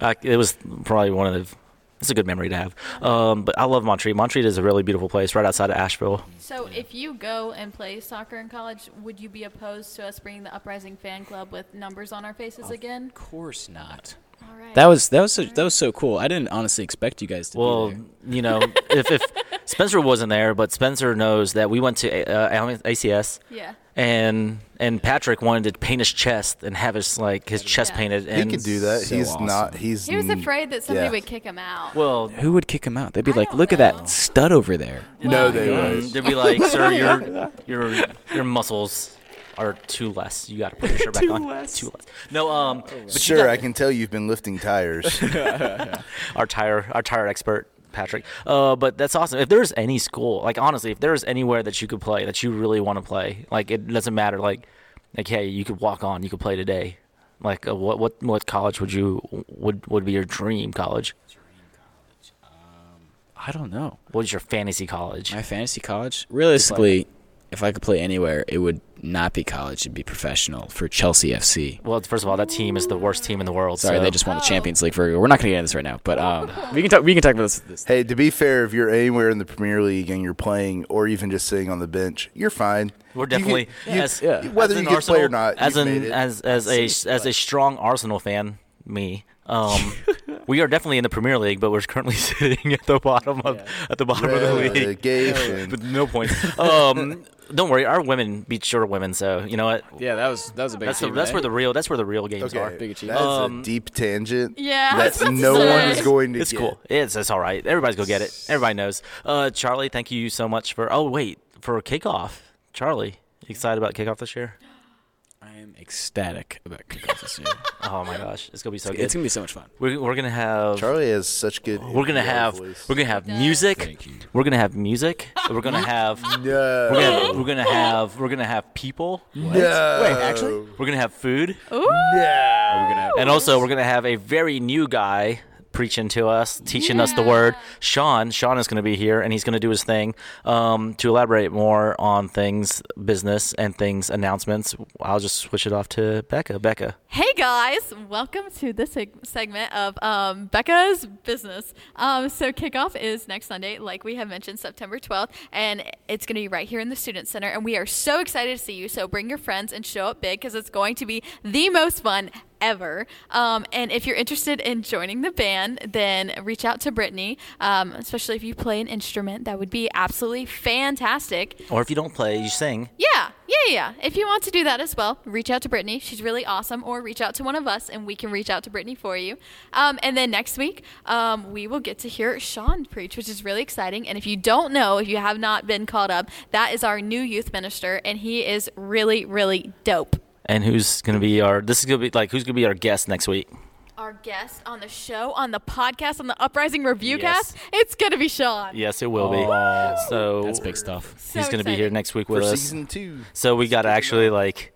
[SPEAKER 4] I, it was probably one of the. It's a good memory to have. Um, but I love Montreat. Montreat is a really beautiful place, right outside of Asheville.
[SPEAKER 6] So if you go and play soccer in college, would you be opposed to us bringing the Uprising fan club with numbers on our faces again?
[SPEAKER 5] Of course not.
[SPEAKER 6] All right.
[SPEAKER 5] That was that was so, that was so cool. I didn't honestly expect you guys to.
[SPEAKER 4] Well,
[SPEAKER 5] be there.
[SPEAKER 4] you know, if, if Spencer wasn't there, but Spencer knows that we went to uh, ACS.
[SPEAKER 6] yeah.
[SPEAKER 4] and and Patrick wanted to paint his chest and have his like his chest
[SPEAKER 6] Yeah.
[SPEAKER 4] painted.
[SPEAKER 3] He
[SPEAKER 4] And
[SPEAKER 3] could do that.
[SPEAKER 5] so
[SPEAKER 3] he's
[SPEAKER 5] awesome.
[SPEAKER 3] not. He's
[SPEAKER 6] He was
[SPEAKER 3] n-
[SPEAKER 6] afraid that somebody
[SPEAKER 3] Mm, yeah.
[SPEAKER 6] would kick him out.
[SPEAKER 4] Well,
[SPEAKER 5] who would kick him out? They'd be
[SPEAKER 6] I
[SPEAKER 5] like,
[SPEAKER 6] don't
[SPEAKER 5] "Look at
[SPEAKER 6] know.
[SPEAKER 5] that stud over there."
[SPEAKER 3] No, they
[SPEAKER 4] um,
[SPEAKER 3] would.
[SPEAKER 4] they'd be like, "Sir, your your your muscles are too less. You got to put your shirt back on. Too less. No, um, but you
[SPEAKER 3] Sure,
[SPEAKER 4] got-
[SPEAKER 3] I can tell you've been lifting tires.
[SPEAKER 4] our tire our tire expert Patrick. Uh, but that's awesome. If there's any school, like honestly, if there's anywhere that you could play that you really want to play, like it doesn't matter. Like, like hey, you could walk on, you could play today. Like, uh, what what what college would you would would be your dream college?
[SPEAKER 5] I don't know.
[SPEAKER 4] What is your fantasy college?
[SPEAKER 5] My fantasy college, realistically, if I could play anywhere, it would not be college; it'd be professional for Chelsea FC.
[SPEAKER 4] Well, first of all, that team is the worst team in the world.
[SPEAKER 5] Sorry,
[SPEAKER 4] so-
[SPEAKER 5] they just won the
[SPEAKER 6] Oh.
[SPEAKER 5] Champions League. For we're not going to get into this right now, but um, we can talk. We can talk about this. this
[SPEAKER 3] hey, to be fair, if you're anywhere in the Premier League and you're playing, or even just sitting on the bench, you're fine.
[SPEAKER 4] We're
[SPEAKER 3] You can-
[SPEAKER 4] definitely
[SPEAKER 3] you-
[SPEAKER 4] as,
[SPEAKER 5] yeah.
[SPEAKER 3] Whether
[SPEAKER 4] as
[SPEAKER 3] you
[SPEAKER 4] an
[SPEAKER 3] get
[SPEAKER 4] Arsenal,
[SPEAKER 3] play or not,
[SPEAKER 4] as
[SPEAKER 3] you've
[SPEAKER 4] an
[SPEAKER 3] made it.
[SPEAKER 4] as as a as a strong Arsenal fan, me. Um, we are definitely in the Premier League, but we're currently sitting at the bottom of at the bottom of the league
[SPEAKER 3] Relegation.
[SPEAKER 4] with no points. Um, don't worry, our women beat your women, so you know what.
[SPEAKER 5] yeah, that was that was a big.
[SPEAKER 4] That's, the, that's where the real that's where the real games are.
[SPEAKER 3] Okay,
[SPEAKER 5] big
[SPEAKER 3] that's
[SPEAKER 5] achievement.
[SPEAKER 3] a
[SPEAKER 4] Um,
[SPEAKER 3] deep tangent.
[SPEAKER 6] Yeah, I was
[SPEAKER 3] that
[SPEAKER 6] about to
[SPEAKER 3] no
[SPEAKER 6] say.
[SPEAKER 3] one is going to
[SPEAKER 4] It's
[SPEAKER 3] get.
[SPEAKER 4] cool. It's it's all right. Everybody's gonna get it. Everybody knows. Uh, Charlie, thank you so much for. Oh wait, for kickoff, Charlie. you Excited about kickoff this year?
[SPEAKER 5] I am ecstatic about kickoff this year.
[SPEAKER 4] Oh my gosh, it's gonna be so good.
[SPEAKER 5] it's gonna be so much fun.
[SPEAKER 4] We're, we're gonna have
[SPEAKER 3] Charlie has such good.
[SPEAKER 4] we're gonna
[SPEAKER 3] radio
[SPEAKER 4] have
[SPEAKER 3] voice.
[SPEAKER 4] we're gonna have
[SPEAKER 6] does.
[SPEAKER 4] music.
[SPEAKER 5] Thank you.
[SPEAKER 4] We're gonna have music. We're gonna have
[SPEAKER 3] No.
[SPEAKER 4] we're gonna, we're gonna have we're gonna have people.
[SPEAKER 3] no.
[SPEAKER 5] Wait, actually?
[SPEAKER 4] We're gonna have food,
[SPEAKER 3] No.
[SPEAKER 5] We're gonna have
[SPEAKER 4] and also we're gonna have a very new guy preaching to us, teaching us the word. Sean, Sean is gonna be here, and he's gonna do his thing um, to elaborate more on things, business, and things announcements. I'll just switch it off to Becca. Becca,
[SPEAKER 6] Hey guys, welcome to this seg- segment of um, Becca's Business. Um, so, kickoff is next Sunday, like we have mentioned, September 12th, and it's going to be right here in the Student Center. And we are so excited to see you. So, bring your friends and show up big because it's going to be the most fun ever. Um, and if you're interested in joining the band, then reach out to Brittany, um, especially if you play an instrument. That would be absolutely fantastic.
[SPEAKER 4] or if you don't play, you sing.
[SPEAKER 6] Yeah, yeah, yeah. If you want to do that as well, reach out to Brittany. She's really awesome. Or reach out to one of us, and we can reach out to Brittany for you. Um, and then next week, um, we will get to hear Sean preach, which is really exciting. And if you don't know, if you have not been caught up, that is our new youth minister, and he is really, really dope.
[SPEAKER 4] And who's gonna be our? This is gonna be like who's gonna be our guest next week?
[SPEAKER 6] Our guest on the show, on the podcast, on the Uprising Review
[SPEAKER 4] Yes.
[SPEAKER 6] Cast, it's gonna be Sean.
[SPEAKER 4] Yes, it will be. so
[SPEAKER 5] that's big stuff.
[SPEAKER 6] So
[SPEAKER 4] He's going to be here
[SPEAKER 6] exciting.
[SPEAKER 4] next week
[SPEAKER 3] For
[SPEAKER 4] with us.
[SPEAKER 3] season two.
[SPEAKER 4] So we got to actually like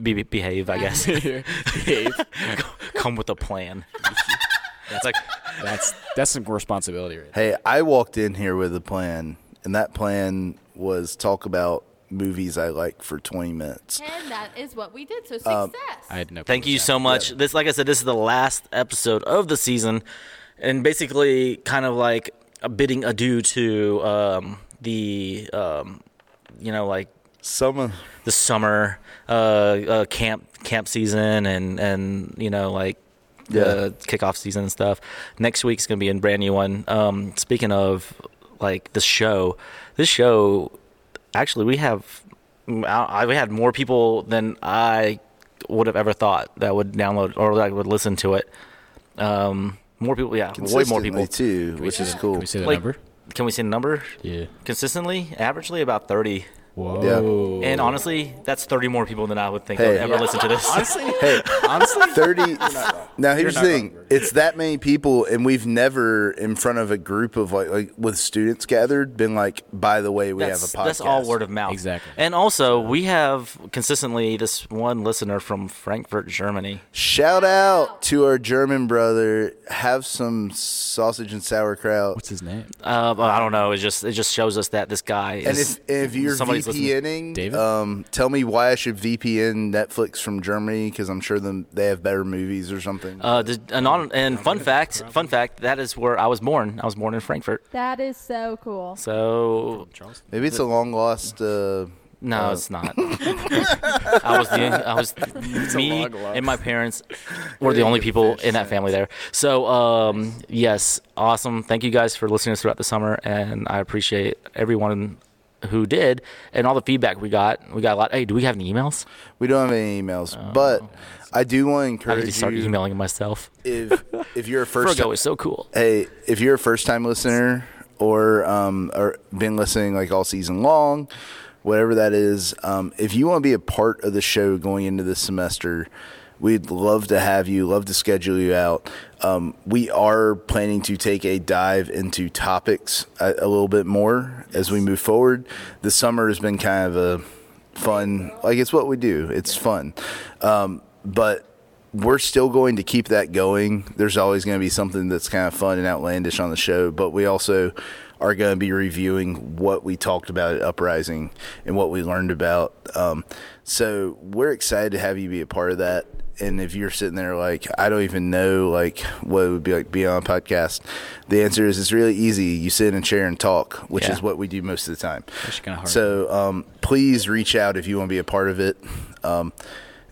[SPEAKER 4] be, be- behave, I guess. Come with a plan. It's like
[SPEAKER 5] that's that's some responsibility right
[SPEAKER 3] Hey, I walked in here with a plan, and that plan was talk about movies I like for 20 minutes.
[SPEAKER 6] And that is what we did. So success.
[SPEAKER 5] I had no.
[SPEAKER 4] thank you so much. This like I said this is the last episode of the season and basically kind of like a bidding adieu to um the um you know like
[SPEAKER 3] Someone,
[SPEAKER 4] the summer uh, uh, camp camp season and and you know like the kickoff season and stuff. Next week's gonna be a brand new one. Um, speaking of like the show, this show actually we have I, I- we had more people than I would have ever thought that would download or that would listen to it. Um, more people, yeah, way more people.
[SPEAKER 3] too, which is
[SPEAKER 5] Can
[SPEAKER 3] cool.
[SPEAKER 5] we say the
[SPEAKER 4] Like-
[SPEAKER 5] number?
[SPEAKER 4] Can we see the number
[SPEAKER 5] Yeah.
[SPEAKER 4] consistently? Averagely, about thirty.
[SPEAKER 5] Whoa.
[SPEAKER 4] And honestly, that's 30 more people than I would think
[SPEAKER 3] Hey.
[SPEAKER 4] would ever listen to this.
[SPEAKER 5] honestly,
[SPEAKER 3] Hey,
[SPEAKER 5] honestly,
[SPEAKER 3] 30 now here's the
[SPEAKER 2] not
[SPEAKER 3] thing it's that many people and we've never in front of a group of like, like with students gathered been like by the way we have a
[SPEAKER 4] that's,
[SPEAKER 3] podcast
[SPEAKER 4] that's all word of mouth.
[SPEAKER 5] Exactly.
[SPEAKER 4] And also, we have consistently this one listener from Frankfurt, Germany.
[SPEAKER 3] shout out to our german brother have some sausage and sauerkraut
[SPEAKER 5] what's his name?
[SPEAKER 4] Uh, but I don't know. It just it just shows us that this guy
[SPEAKER 3] and
[SPEAKER 4] is.
[SPEAKER 3] if, if you're
[SPEAKER 4] somebody's listening.
[SPEAKER 3] VPNing,
[SPEAKER 5] David?
[SPEAKER 3] um, tell me why I should VPN Netflix from Germany because I'm sure them they have better movies or something.
[SPEAKER 4] Uh, the, and, on, and fun fact, fun fact, that is where I was born. I was born in Frankfurt.
[SPEAKER 6] That is so cool.
[SPEAKER 4] So
[SPEAKER 3] Maybe it's a long lost. Uh,
[SPEAKER 4] no,
[SPEAKER 3] uh,
[SPEAKER 4] it's not. I was the I was me and my parents were the only people in that family there. So um, yes, awesome. Thank you guys for listening to us throughout the summer, and I appreciate everyone who did and all the feedback we got. We got a lot. Hey, do we have any emails?
[SPEAKER 3] we don't have any emails, but I do want to
[SPEAKER 4] Oh, I need
[SPEAKER 3] encourage
[SPEAKER 4] to start
[SPEAKER 3] you
[SPEAKER 4] emailing myself.
[SPEAKER 3] if if you're a first
[SPEAKER 4] Virgo is so cool.
[SPEAKER 3] Hey, if you're a first time listener or um or been listening like all season long, whatever that is, um, if you want to be a part of the show going into this semester, we'd love to have you, love to schedule you out. Um, we are planning to take a dive into topics a, a little bit more as we move forward. The summer has been kind of a fun, like it's what we do. It's fun. Um, but we're still going to keep that going. There's always going to be something that's kind of fun and outlandish on the show, but we also are going to be reviewing what we talked about at Uprising and what we learned about. Um, so we're excited to have you be a part of that. And if you're sitting there like, I don't even know like what it would be like to be on a podcast, the answer is it's really easy. You sit in a chair and talk, which
[SPEAKER 4] Yeah.
[SPEAKER 3] is what we do most of the time.
[SPEAKER 5] Actually kinda hard.
[SPEAKER 3] So um, please reach out if you want to be a part of it. Um,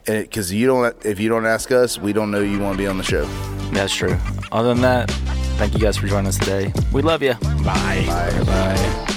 [SPEAKER 3] because you don't, if you don't ask us, we don't know you want to be on the show.
[SPEAKER 4] That's true. Other than that, thank you guys for joining us today. We love you. Bye.
[SPEAKER 5] Bye.